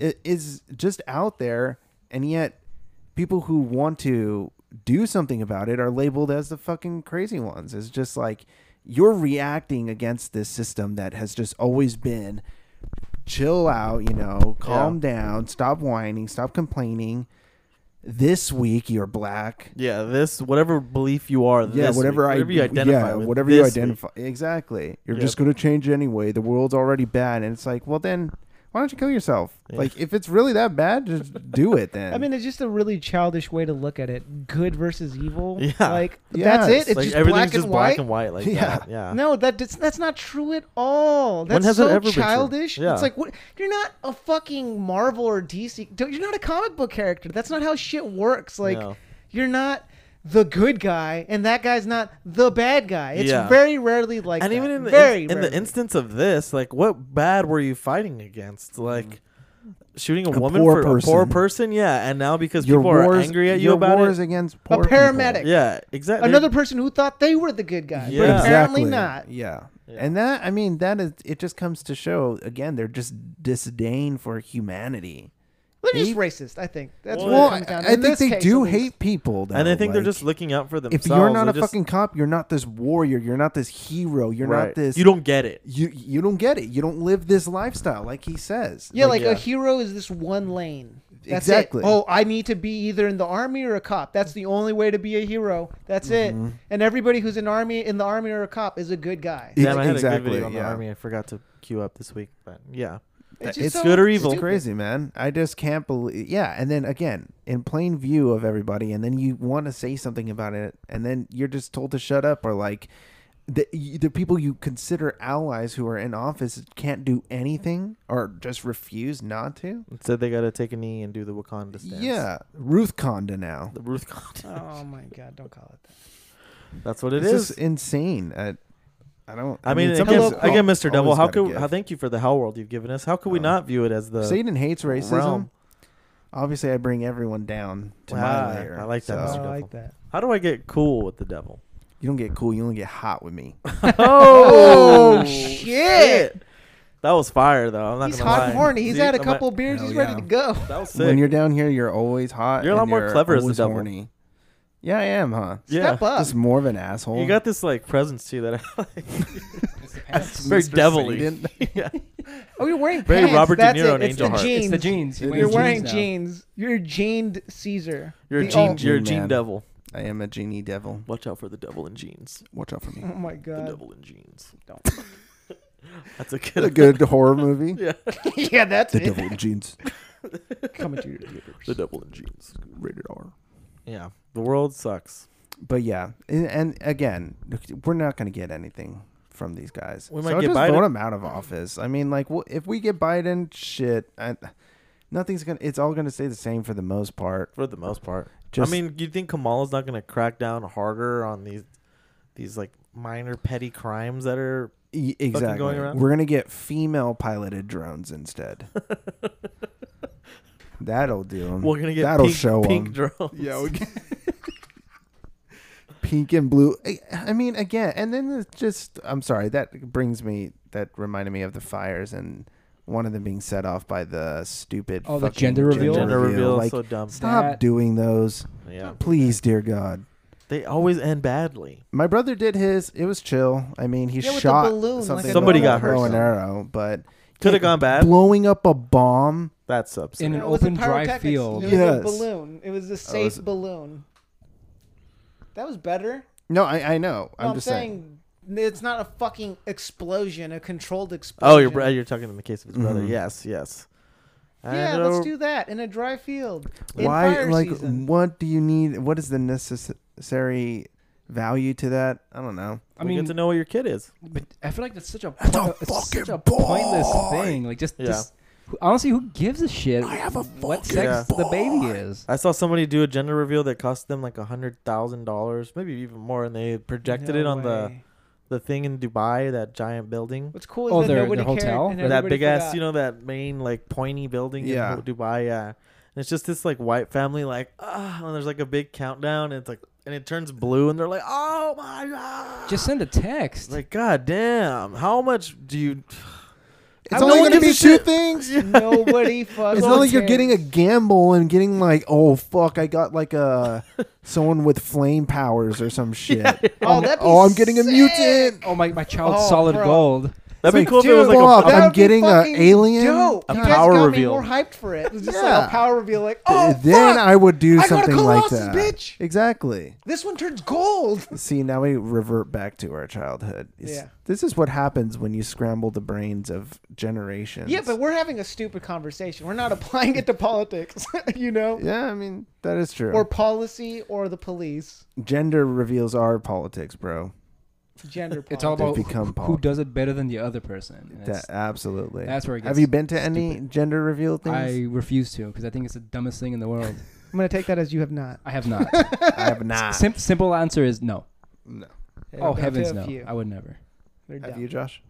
i- is just out there and yet people who want to do something about it are labeled as the fucking crazy ones it's just like you're reacting against this system that has just always been chill out you know calm down stop whining stop complaining this week you're black Yeah, this whatever belief you are, yeah, this whatever week, I whatever you identify yeah, with, whatever you this week. identify exactly. You're Yeah. just going to change anyway. The world's already bad, and it's like, well, then why don't you kill yourself? Yeah. Like, if it's really that bad, just do it then. I mean, it's just a really childish way to look at it. Good versus evil. Yeah. Like that's Yes. it. It's like just everything's black just and black white. and white, like Yeah. that. Yeah, No, that that's, that's not true at all. When That's has it so ever been true? childish. Yeah. It's like what you're not a fucking Marvel or DC. don't- You're not a comic book character. That's not how shit works. Like No. you're not the good guy, and that guy's not the bad guy. It's Yeah. very rarely like and that. even in the very in, in the rarely. instance of this, like what bad were you fighting against? Like shooting a, A woman poor for a poor person. person, yeah. And now because your people wars, are angry at you your about wars it, against a poor people. paramedic, yeah, exactly. another person who thought they were the good guy, Yeah. but apparently Exactly. not. Yeah. and that I mean that is it. Just comes to show again, they're just disdain for humanity. They're just hate- racist. I think that's Well, what it I, comes down to. I In think this they case, do at least. hate people. Though. And I think they're like, just looking out for If themselves. you're not They're a just- fucking cop, you're not this warrior. You're not this hero. You're Right. not this. You don't get it. You you don't get it. You don't live this lifestyle, like he says. Yeah, like, a hero is this one lane. That's Exactly. It. Oh, I need to be either in the army or a cop. That's the only way to be a hero. That's Mhm. it. And everybody who's in army in the army or a cop is a good guy. Damn, I had a good Exactly, video on the yeah. army. I forgot to queue up this week, but yeah, It's it's, just so good or evil. stupid. crazy, man. I just can't believe. Yeah, and then again, in plain view of everybody, and then you want to say something about it, and then you're just told to shut up, or like the you- the people you consider allies who are in office can't do anything or just refuse not to. Said they got to take a knee and do the Wakanda stance. Yeah, Ruth Conda now. the Ruth Conda. Oh my god, don't call it that. That's what it This is. is insane. I, I don't. I mean, sometimes hello- again, al- Mr. Devil, always how gotta could give. Uh, how, thank you for the hell world you've given us. How could we not view it as the Satan hates racism. realm? Obviously, I bring everyone down to Wow, my layer. I like that, so- Mr. I Devil. like that. How do I get cool with the devil? You don't get cool. You only get hot with me. Oh, shit. That was fire, though. I'm not He's gonna hot lie. and horny. He's See, had a I'm couple not- beers. Hell He's yeah. ready to go. That was When sick. you're down here, you're always hot. You're a and lot more you're clever as the always devil. horny. Yeah, I am, huh? Yeah. Step up. Just more of an asshole. You got this like presence too that I like. That's Mr. very devilly. Satan. yeah. Oh, you're wearing Very pants. Robert De That's Niro it. and It's Angel the Heart. jeans. It's the jeans. It You're is You're wearing, wearing jeans. jeans. now. You're a jeaned Caesar. You're a The gene. old- You're a Gene gene man. devil. I am a genie devil. Watch out for the devil in jeans. Watch out for me. Oh my The god. devil in jeans. Don't. That's a good. a good horror movie. Yeah. yeah, that's The it. devil in jeans. Coming to your theaters. The devil in jeans. Rated R. Yeah. The world sucks. But yeah, and, and again, we're not going to get anything from these guys. We might so get just Biden. vote them out of office. I mean, like, well, if we get Biden, shit, I, nothing's gonna. It's all gonna stay the same for the most part. For the most part. Just- I mean, you think Kamala's not going to crack down harder on these these like minor petty crimes that are E- exactly. going around? We're gonna get female piloted drones instead. That'll do 'em. we're going to get That'll pink, show pink 'em. drones. Yeah, we can- pink and blue. I, I mean, again, and then it's just I'm sorry that brings me that reminded me of the fires and one of them being set off by the stupid Oh, the fucking gender reveal? Gender reveal is Like, so dumb. stop That- doing those, Yeah. please, dear God. They always end badly. My brother did his. It was chill. I mean, he Yeah, with the shot balloon, like something a Somebody with a got hurt. bow and arrow, but Could have gone bad. blowing up a bomb. That's upset. In an it was a open dry pyrotechnics. field. It was a Yes. Oh, balloon. It was a safe was- balloon. That was better. No, I, I know. No, Oh, I'm, just saying. it's not a fucking explosion, a controlled explosion. oh, you're, br- you're talking in the case of his brother. Yes, yes. Yeah, And, uh, let's do that in a dry field. In Why? fire Like, season. what do you need? What is the necessary value to that? I don't know. I we mean, get to know what your kid is. But I feel like that's such a, a po- it's such fucking a pointless boy. thing. Like just, Yeah. just who- honestly, who gives a shit? I have a what sex Yeah. the baby is. I saw somebody do a gender reveal that cost them like a hundred thousand dollars, maybe even more, and they projected No it on the way. the thing in Dubai, that giant building. What's cool is Oh, that their- their nobody cared hotel? and That that everybody big ass, forgot. you know, that main like pointy building Yeah. in Dubai. Yeah, and it's just this like white family, like ah, and there's like a big countdown, and it's like, and it turns blue, and they're like, oh my god, Just send a text. It's like god damn, how much do you? It's no only one going to be gives a two shit. things. Nobody fucking. It's not like you're cares. getting a gamble and getting like, oh fuck, I got like a someone with flame powers or some shit. Oh, that'd be oh, I'm getting a sick. mutant. oh my, my child's Oh, solid bro. gold. That'd be It's cool if it dude, was like blow up. a, That I'm would be getting a fucking alien. Dope. A you guys power got reveal. Me more hyped for it. It was just Yeah. like a power reveal. Like, oh, then fuck, I would do I go to something like Colossus, that. bitch. Exactly. This one turns gold. See, now we revert back to our childhood. It's- Yeah. This is what happens when you scramble the brains of generations. Yeah, but we're having a stupid conversation. We're not applying it to politics, you know, yeah, I mean that is true. or policy or the police, Gender reveals our politics, bro. gender politics. It's all about become who, who pop. does it better than the other person. And That, it's- absolutely. that's where it Have gets you been to any gender reveal I things? refuse to because I think it's the dumbest thing in the world. I'm gonna take that as you have not. I have not. I, have not. Sim- simple answer is no. no. oh but heavens if no! you- I would never. They're Have dumb. you, Josh?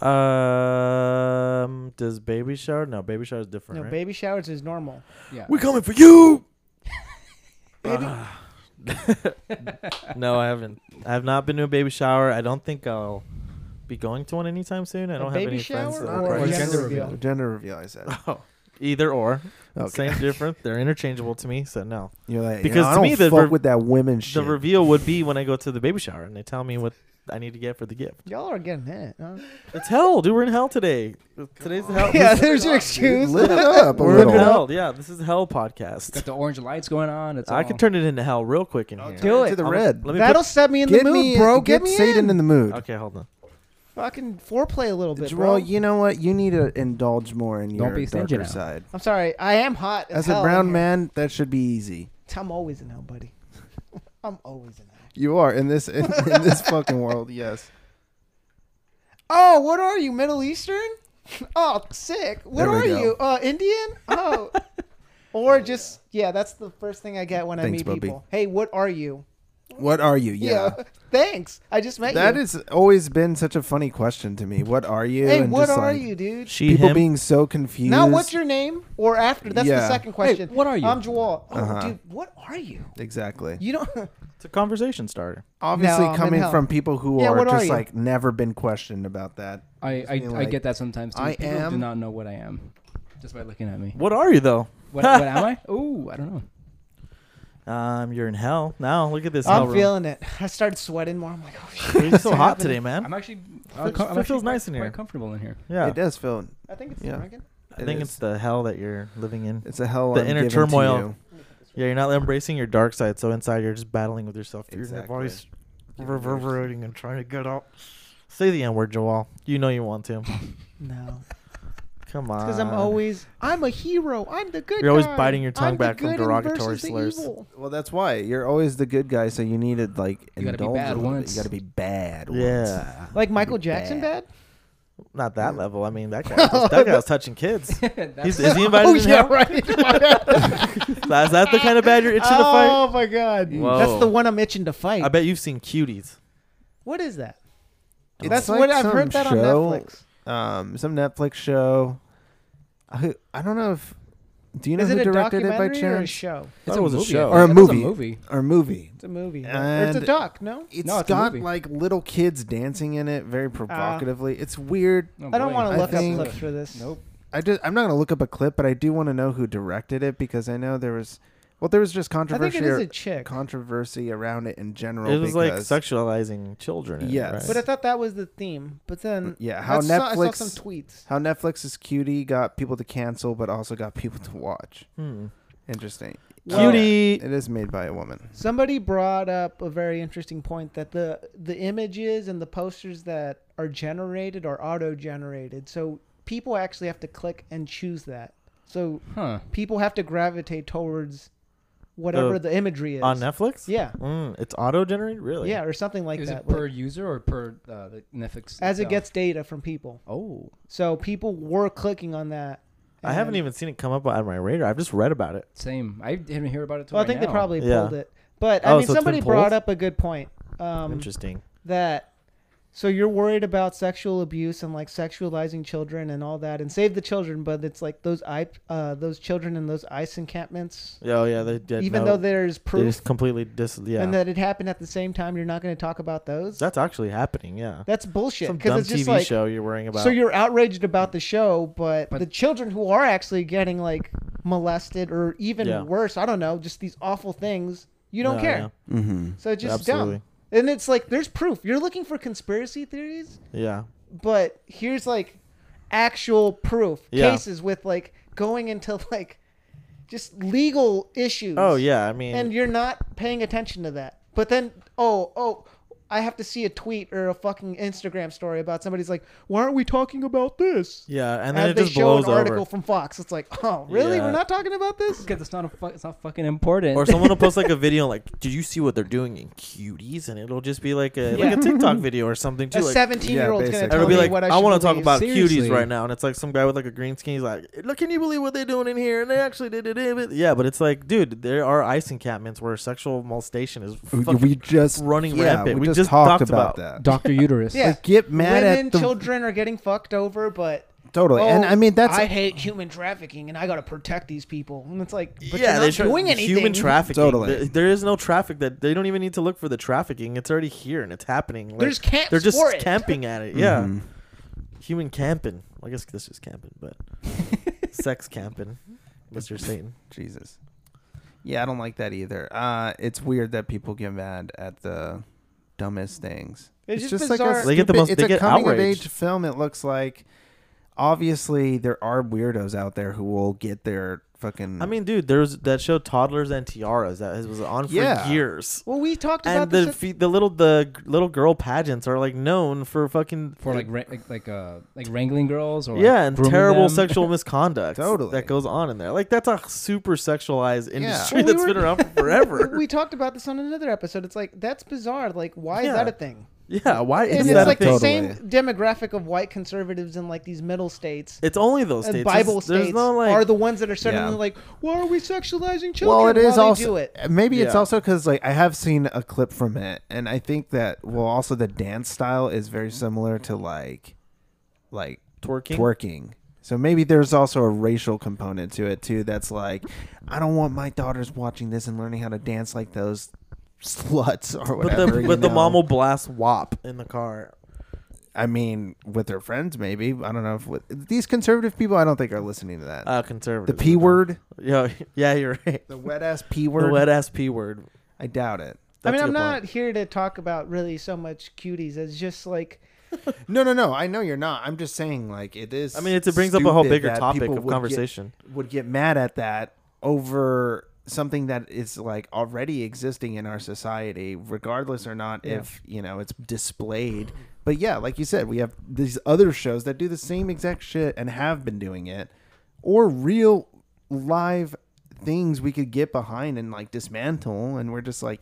um, does baby shower? No, baby shower is different. No, right? baby showers is normal. Yeah. We coming for you. no, I haven't. I have not been to a baby shower. I don't think I'll be going to one anytime soon. I A don't have baby any friends shower that or are a pregnant. gender reveal? Gender reveal, I said. Oh, Either or. Okay. Same difference. They're interchangeable to me, so no. You're like, you know, I don't fuck with that women shit. The reveal would be when I go to the baby shower and they tell me what I need to get for the gift. Y'all are getting hit. Huh? It's hell, dude. We're in hell today. Today's the hell. Yeah, this- there's your excuse. Lit it up a We're little. in hell. Yeah, this is the hell podcast. Got the orange lights going on. It's I all- could turn it into hell real quick in here. Do it. the I'll- red. Let me That'll put- set me in Get the mood, me, bro. Get, Get, me Satan in. the mood. Okay, hold on. Fucking foreplay a little bit, bro. Jarrell, you know what? You need to indulge more in Don't your be stingy darker now. side. I'm sorry. I am hot as, As hell a in brown here. man, that should be easy. I'm always in hell, buddy. I'm always in hell. You are in this in, in this fucking world. Yes. Oh, what are you, Middle Eastern? Oh, sick. What There we are go. you? Uh, Indian? Oh. or just yeah, that's the first thing I get when I Thanks, meet Bubby. people. Hey, what are you? What are you? Yeah. Yeah. Thanks. I just met That you. has always been such a funny question to me. What are you? Hey, And what just are like, you, dude? She, People him. being so confused. Now, what's your name? Or after? That's the Yeah. second question. what are you? I'm Joel. Oh, Uh-huh. dude, what are you? exactly? You don't. It's a conversation starter. Obviously, No, I'm in coming hell. from people who Yeah, are what are just you? like never been questioned about that. I, I, being I like, get that sometimes. Too. I People do am- not know what I am just by looking at me. What are you though? What, what am I? Ooh, I don't know. Um, you're in hell now. Look at this. hell I'm room. feeling it. I started sweating more. I'm like, oh shit. It's so hot today, man. Uh, I'm actually. It I'm feels actually nice in quite here. comfortable in here. yeah, It does feel. I think it's Yeah. American. I think is. it's the hell that you're living in. It's a hell. The I'm inner giving to turmoil. you. Yeah, you're not embracing your dark side, so inside you're just battling with yourself. Your inner Exactly. voice reverberating and trying to get out. Say the N word, Joel. You know you want to. No. Come on. Because I'm always, I'm a hero. I'm the good. Uh, You're always guy. biting your tongue I'm the back from good and derogatory versus the slurs. evil." Well, that's why you're always the good guy, so you need to like You gotta be indulge a bad little bit. once. You got to be bad. once. Yeah, Like Michael Jackson, bad. not that level. I mean, that guy. Was, that guy was touching kids. He's, is he invited Oh in yeah, hell? right. Is that the kind of bad you're itching to oh fight? my god, Whoa. that's the one I'm itching to fight. I bet you've seen cuties. What is that? It's that's like what I've some heard that on show, Netflix. Um, some Netflix show. I I don't know if. Do you know Is who it a directed it by documentary or a chance? show? Thought it was a movie, I show. think. Or a I thought it was movie. or movie? It's a movie. right? Or And- it's a doc. No, Ah. It's No, it's a got movie. like little kids dancing in it, very provocatively. it's weird. Oh, I don't boy. want I to look up think- clips for this. Nope. I just I'm not gonna look up a clip, but I do want to know who directed it because I know there was, well, there was just I think controversy it is a or- chick. controversy around it in general. It was like because- sexualizing children. in it, Yes. But right? I thought that was the theme. But then Yeah, how I saw, I saw Netflix- some tweets. how Netflix's cutie got people to cancel, but also got people to watch. Hmm. Interesting. Cutie. It is made by a woman. Somebody brought up a very interesting point that the the images and the posters that are generated are auto generated. So people actually have to click and choose that. So Huh. people have to gravitate towards whatever Uh, the imagery is. on Netflix. Yeah. Mm, it's auto generated, really. Yeah, or something like Is that. it like, per user or per uh, the Netflix? as it itself? gets data from people. Oh. So people were clicking on that. I haven't and- even seen it come up on my radar. I've just read about it. Same. I didn't hear about it. Till Well, I right think now. they probably Yeah. pulled it. But I Oh, mean so it's been somebody brought pulled? up a good point. Um Interesting. that so you're worried about sexual abuse and like sexualizing children and all that and save the children but it's like those i uh those children in those ice encampments Oh yeah, they did. even no, though there's they proof just completely dis. Yeah, and that it happened at the same time you're not going to talk about those that's actually happening. Yeah, that's bullshit some because dumb it's just TV like show you're worrying about. so you're outraged about the show but, But- the children who are actually getting like molested or even Yeah. worse i don't know just these awful things you don't No, care yeah. Mm-hmm. so it's just Absolutely. dumb and it's like there's proof you're looking for conspiracy theories yeah, but here's like actual proof Yeah. cases with like going into like just legal issues. Oh yeah, I mean, And you're not paying attention to that. But then oh oh I have to see a tweet or a fucking Instagram story about somebody's like, why aren't we talking about this? yeah, and And, then it they just show an blows article over. from Fox. It's like, oh, really? Yeah. We're not talking about this? Because it's not a fu- it's not fucking important. Or someone will post like a video, like, "Did you see what they're doing in cuties?" And it'll just be like a like Yeah. a TikTok video or something A too. Like, 17 year old's going to basically. tell it'll be me like, what I, "I want to talk about Seriously. cuties right now," and it's like some guy with like a green skin. He's like, "Look, can you believe what they're doing in here?" And they actually did it. did it." Yeah, but it's like, dude, there are ice encampments where sexual molestation is fucking We just running yeah, rampant. We, We just, just talked, talked about, that. Doctor Uterus. Yeah. Get mad Women, at the children are getting fucked over, but totally, and "Oh, I mean that's I hate human trafficking, and I gotta protect these people. And it's like, but yeah, you're they not try- doing anything. Human trafficking. Totally. There- there is no traffic that they don't even need to look for the trafficking. It's already here and it's happening. Like, There's camps They're just for it. Mm-hmm. camping at it. Yeah, human camping. Well, I guess this is camping, but Sex camping, Mr. Satan. Jesus. Yeah, I don't like that either. Uh, it's weird that people get mad at the dumbest things. It's just like bizarre. a They get the stupid- most- It's they a get coming of outraged. age film. It looks like. Obviously, there are weirdos out there who will get their fucking. Mm. I mean, dude, there's that show Toddlers and Tiaras that has- was on for Yeah. years. Well, we talked about And this. the fe- the little the g- little girl pageants are like known for fucking for like ra- like like, uh, like wrangling girls or yeah like, and grooming terrible them. sexual misconduct Totally. that goes on in there. Like that's a super sexualized industry Well, we that's were- been around for forever. we talked about this on another episode. It's like that's bizarre. Like, why is Yeah. that a thing? yeah, why is And that it's like a thing? the same demographic of white conservatives in like these middle states. It's only those and states. Bible There's- there's states no, like- are the ones that are suddenly Yeah. like, "Why are we sexualizing children?" well, it is while also they do it. maybe it's Yeah. also because like I have seen a clip from it, and I think that well, also the dance style is very similar to like, like Twerking? twerking. So maybe there's also a racial component to it too. That's like, I don't want my daughters watching this and learning how to dance like those sluts or But whatever. the you but the know? mom will blast WAP in the car. I mean, with their friends, maybe. I don't know if with, these conservative people, I don't think are listening to that. Uh, the conservative. p word, Yeah, yeah, you're right. the wet ass p The word. wet ass p word. I doubt it. I mean, That's I'm your not point. here to talk about really so much cuties. It's just like No, no, no. I know you're not. I'm just saying, like, it is. I mean, it's- it brings up a whole stupid bigger that topic people of would get- conversation. would get mad at that over something that is like already existing in our society, regardless or not if you know it's displayed. But yeah, like you said, we have these other shows that do the same exact shit and have been doing it, or real live things we could get behind and like dismantle, and we're just like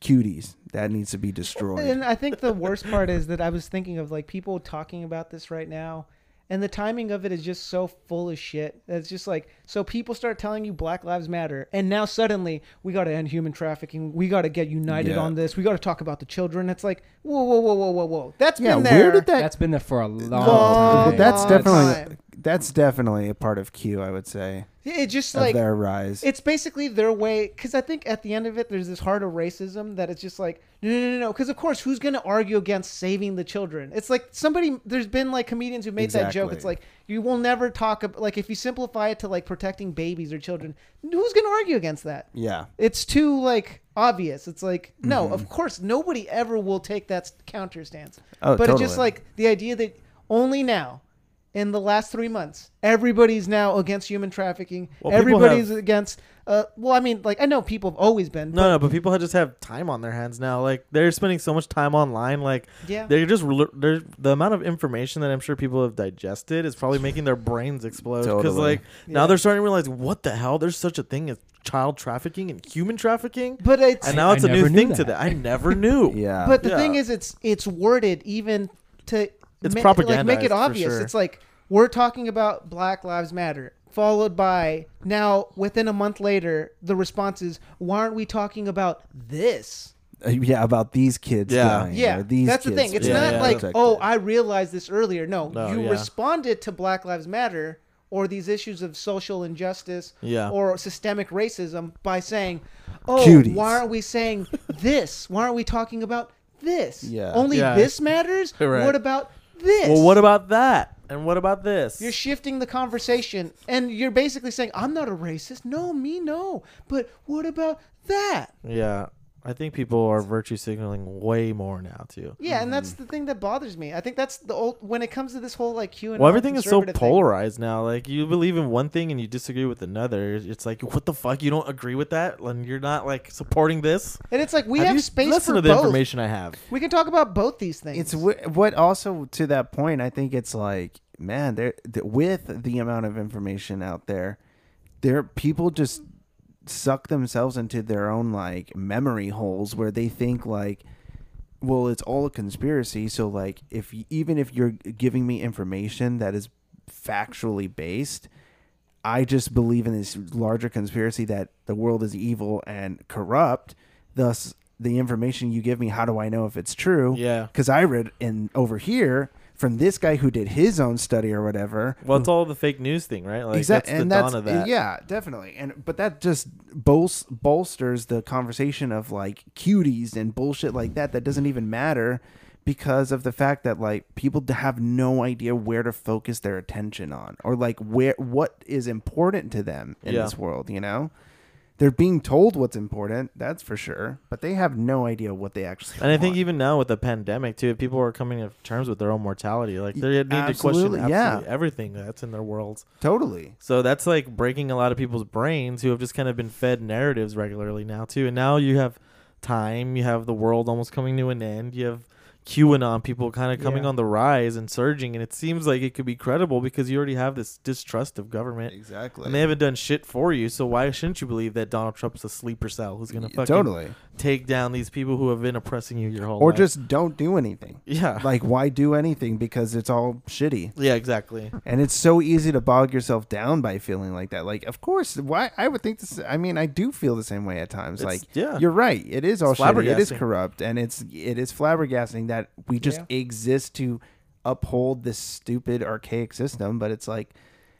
cuties that needs to be destroyed. And I think the worst part is that I was thinking of like people talking about this right now, and the timing of it is just so full of shit. It's just like so people start telling you Black Lives Matter, and now suddenly we got to end human trafficking. We got to get united Yeah. on this. We got to talk about the children. It's like whoa, whoa, whoa, whoa, whoa, whoa. That's yeah, been there. where did that That's been there for a long Long time. But that's long definitely time. that's definitely a part of Q, I would say, It just of like their rise. it's basically their way because i think at the end of it there's this heart of racism that it's just like no no no no because of course who's going to argue against saving the children it's like somebody there's been like comedians who made that joke it's Exactly. like you will never talk about like if you simplify it to like protecting babies or children who's going to argue against that yeah, it's too like obvious it's like no Mm-hmm. of course nobody ever will take that s- counter stance Oh, but it's just totally. like the idea that only now in the last three months everybody's now against human trafficking Well, people everybody's have- against uh, well i mean like i know people have always been No, no, but people just have time on their hands now. Like they're spending so much time online. Like Yeah. they're just rel- they're, the amount of information that I'm sure people have digested is probably making their brains explode. Because Totally. like now they're starting to realize what the hell there's such a thing as child trafficking and human trafficking. but it's and now I it's a new never knew thing to that. that. I never knew. yeah. But the Yeah. thing is, it's it's worded even to It's Like, make propagandized, it for obvious. sure. It's like we're talking about Black Lives Matter, followed by now within a month later, the response is, "Why aren't we talking about this?" Uh, yeah, about these kids. Yeah. dying, Yeah, or these that's the kids thing. It's being not yeah. like, protected. "Oh, I realized this earlier." No, No, you yeah. responded to Black Lives Matter or these issues of social injustice Yeah. or systemic racism by saying, "Oh, Cuties. why aren't we saying this? Why aren't we talking about?" This Yeah. only Yeah. this matters? Correct. What about this? Well, what about that? And what about this? you're shifting the conversation and you're basically saying, I'm not a racist. No, me, no. But what about that? yeah, I think people are virtue signaling way more now too. Yeah, and Mm. that's the thing that bothers me. I think that's the old when it comes to this whole like Q and Well, everything is so polarized now. Like you believe in one thing and you disagree with another. It's like what the fuck? You don't agree with that, and you're not like supporting this. And it's like we Have have, you space Listen to for the both. information I have. We can talk about both these things. It's wh- what also to that point. I think it's like man, there th- with the amount of information out there, there people just suck themselves into their own like memory holes where they think like well it's all a conspiracy so like if y- even if you're giving me information that is factually based i just believe in this larger conspiracy that the world is evil and corrupt thus the information you give me how do i know if it's true Yeah. because i read in over here from this guy who did his own study or whatever Well, it's all the fake news thing, right? Like that's Exactly, the and dawn that's of that. yeah, definitely. And but that just bolst, bolsters the conversation of like cuties and bullshit like that that doesn't even matter because of the fact that like people d- have no idea where to focus their attention on or like where what is important to them in Yeah. this world, you know? They're being told what's important, that's for sure, but they have no idea what they actually And I think even now with the pandemic too, people are coming to terms with their own mortality. Like they need to Absolutely, question yeah. absolutely everything that's in their worlds. Totally. So that's like breaking a lot of people's brains who have just kind of been fed narratives regularly now too. And now you have time, you have the world almost coming to an end, you have QAnon people kind of coming Yeah. on the rise and surging, and it seems like it could be credible because you already have this distrust of government. Exactly. And they haven't done shit for you, so why shouldn't you believe that Donald Trump's a sleeper cell who's gonna fucking totally. take down these people who have been oppressing you your whole or life? just don't do anything. Yeah. Like why do anything because it's all shitty. Yeah, exactly. And it's so easy to bog yourself down by feeling like that. Like, of course, why I would think this. I mean, I do feel the same way at times. It's- like, yeah. you're right. It is all It's shitty. It is flabbergasting. corrupt, and it's it is flabbergasting that we just exist to uphold this stupid archaic system. But it's like,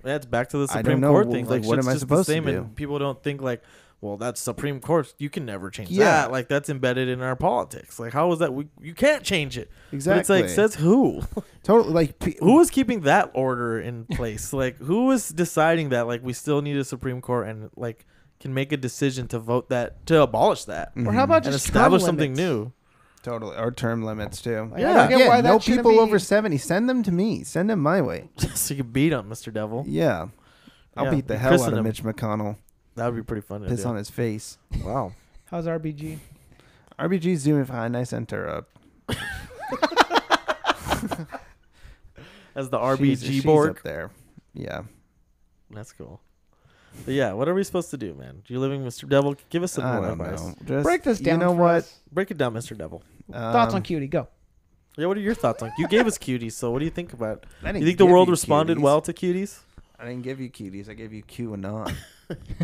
Yeah, it's back to the I don't Supreme know, Court thing. like, Like, what shit's am I just supposed the to same do? And people don't think like, well, that's Supreme Court. You can never change Yeah. that. Like that's embedded in our politics. Like how is that? We, you can't change it. But it's Exactly. like says who? Totally. Like who is keeping that order in place? like who is deciding that? Like we still need a Supreme Court and like can make a decision to vote that to abolish that. Or how about and just term establish something limits? new? Mm-hmm. Totally. Or term limits too. I don't get Again, why that no shouldn't people be- over seventy. Send them to me. Send them my way. so you can beat him, Mister Devil. Yeah, I'll Yeah, beat the you hell out christen of him. Mitch McConnell. That would be pretty fun. to Piss do. on his face. Wow. How's RBG? RBG's doing fine. I sent her up. as the RBG she's, she's Borg. up there. Yeah. That's cool. But yeah, what are we supposed to do, man? You living, Mr. Devil? Give us some I more don't advice. know. Just, Break this down You know for what? us. Break it down, Mr. Devil. Thoughts on Um, Cutie? Go. Yeah, what are your thoughts on? You gave us cuties, so what do you think about? I You didn't think the give world you responded cuties. well to cuties? I didn't give you cuties. I gave you QAnon.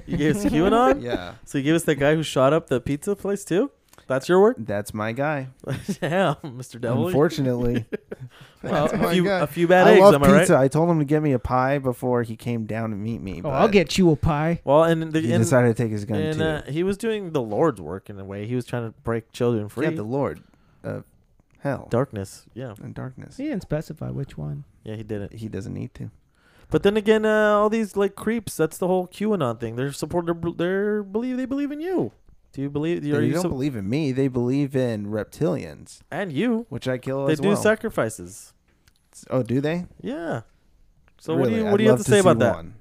You gave us QAnon. Yeah. So you gave us that guy who shot up the pizza place too. That's your work. That's my guy. Damn, Mr. Devil. Unfortunately. well, That's a my few, guy. a few bad I eggs. love am pizza. I right? I told him to get me a pie before he came down to meet me. Oh, I'll but get you a pie. Well, and the, He and- decided to take his gun and, too. uh, he was doing the Lord's work in a way. He was trying to break children free. yeah, the Lord of hell darkness. Yeah, and darkness. He didn't specify which one. yeah, he did it. He doesn't need to. But then again, uh, all these like creeps. That's the whole QAnon thing. They're support. They're, they're believe. They believe in you. Do you believe? They Are you don't so- believe in me. They believe in reptilians, and you. which I kill They as do well. sacrifices. oh, do they? Yeah. So what really? do you I'd what do you have love to say see about that? One.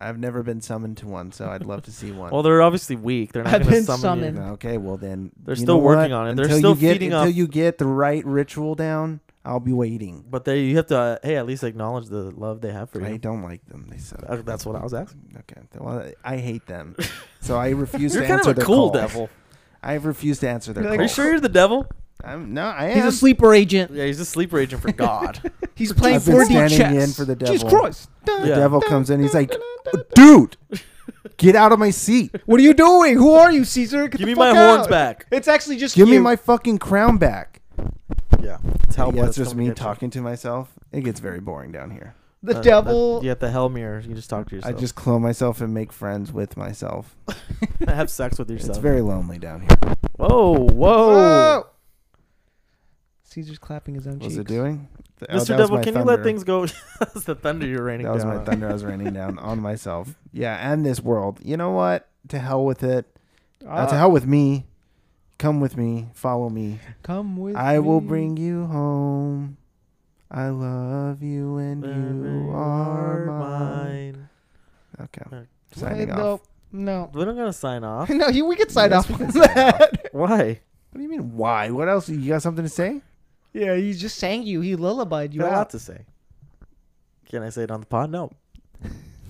I've never been summoned to one, so I'd love to see one. Well, they're obviously weak. They're not I've going to been summon summoned. you. Okay, well then They're you still know working what? on it. They're Until still you get, feeding until off- you get the right ritual down. I'll be waiting. But they you have to uh, hey at least acknowledge the love they have for I you. don't like them. They suck. Uh, That's what I was asking. Okay, well I hate them, so I refuse You're to kind of answer a their cool calls. devil. I refuse to answer their You're like, Are you calls. sure you're the devil? I'm, no, I am. He's a sleeper agent. Yeah, he's a sleeper agent for God. He's playing I've been 4D standing chess. in for the Jesus devil. Christ! The Yeah. devil comes in. He's like, dude, get out of my seat. What are you doing? Who are you, Caesar? Get Give the me my fuck horns out. back. It's actually just Give me you. my fucking crown back. yeah, it's hell yeah, blood it's just coming me at you. talking to myself. It gets very boring down here. the Uh, that- devil. yeah, the hell mirror. You just talk to I yourself. just clone myself and make friends with myself. have sex with yourself. It's very lonely down here. Whoa, whoa. Oh. Caesar's clapping his own What's cheeks. it doing? Th- oh, that was Mr. Devil, my can you let thunder. things go? That's the thunder you're raining That was down. my on. thunder. I was raining down on myself. Yeah, and this world. You know what? To hell with it. Uh, to Ah. hell with me. Come with me. Follow me. Come with I will me. bring you home. I love you and you are mine. Okay. Signing Wait, off. No, We're not gonna sign off. no, no. You, we could sign Yes, off we on can sign off. that. Why? What do you mean? Why? What else? You got something to say? Yeah, he just sang you. He lullabied You you got a lot out. to say. Can I say it on the pod? No.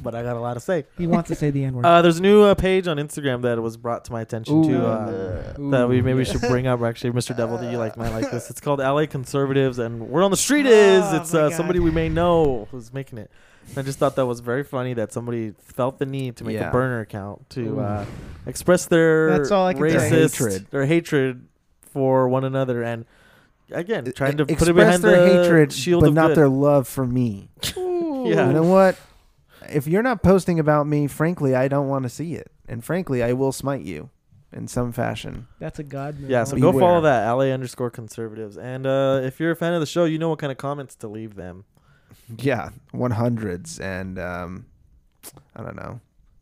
But I got a lot to say. He wants to say the N word. Uh, there's a new uh, page on Instagram that was brought to my attention to uh, Ooh, that we maybe should bring up. Actually, Mr. Devil, that you like might like this. It's called LA Conservatives, and we're on the street. Is Oh, it's my uh, God. somebody we may know who's making it. And I just thought that was very funny that somebody felt the need to make a Yeah. burner account to uh, express their That's all I can racist, say. Their hatred. their hatred for one another, and again trying to e, Express put it behind their the hatred, shield but of not good. their love for me. yeah. You know what? If you're not posting about me, frankly, I don't want to see it, and frankly, I will smite you. in some fashion. That's a god. move. Yeah, so go follow that LA underscore conservatives, and uh, if you're a fan of the show, you know what kind of comments to leave them. Yeah, one hundreds and um, I don't know,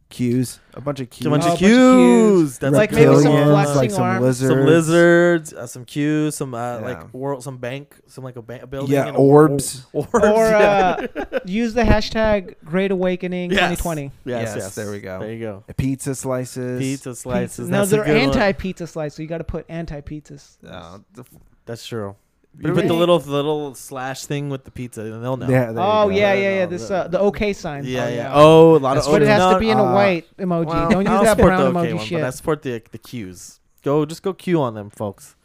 cues, a bunch of cues, Oh, A bunch of cues. That's Like maybe some reptilians, flexing like some arms. lizards, Some lizards, uh, some cues, some uh, Yeah. like or some bank, some like a, bank, a building. Yeah, and a wor- orbs. Or, orbs. Or yeah. uh, use the hashtag Great Awakening Yes. 2020. Yes, yes, Yes, there we go. There you go. pizza slices, Pizza slices. Pizza- No, that's a they're good one. anti pizza slice, so you got to put anti pizzas. Uh, the- That's true. it You put the was- little the little slash thing with the pizza, and they'll know. yeah, there you Oh go. yeah, No, yeah, yeah. no, This no. uh, the OK sign. Yeah, Oh, yeah. Oh, a lot That's of. But it has no, to be in a uh, white emoji. well, Don't I'll use that support brown the okay emoji one, shit. But I support the the cues. Go, just go cue on them, folks.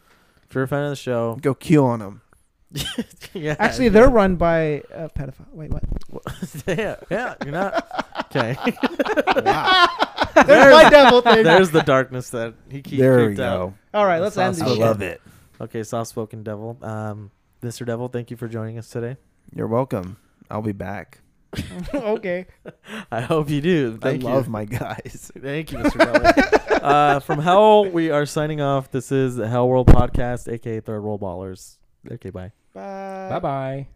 If you're a fan of the show, go cue on them. yeah. Actually, they're run by a pedophile. Wait, what? yeah, yeah. You're not okay. There's my devil thing. There's the darkness that he keep, There we creeped out. go. All right, let's end That's this. I awesome. shit. love it. Okay, soft spoken devil. Um, Mr. Devil, thank you for joining us today. You're welcome. I'll be back. okay. I hope you do. Thank I you. love my guys. Thank you, Mr. Devil. uh, from Hell, we are signing off. This is the Hell World Podcast, aka Third World Ballers. Okay, bye. Bye. Bye bye.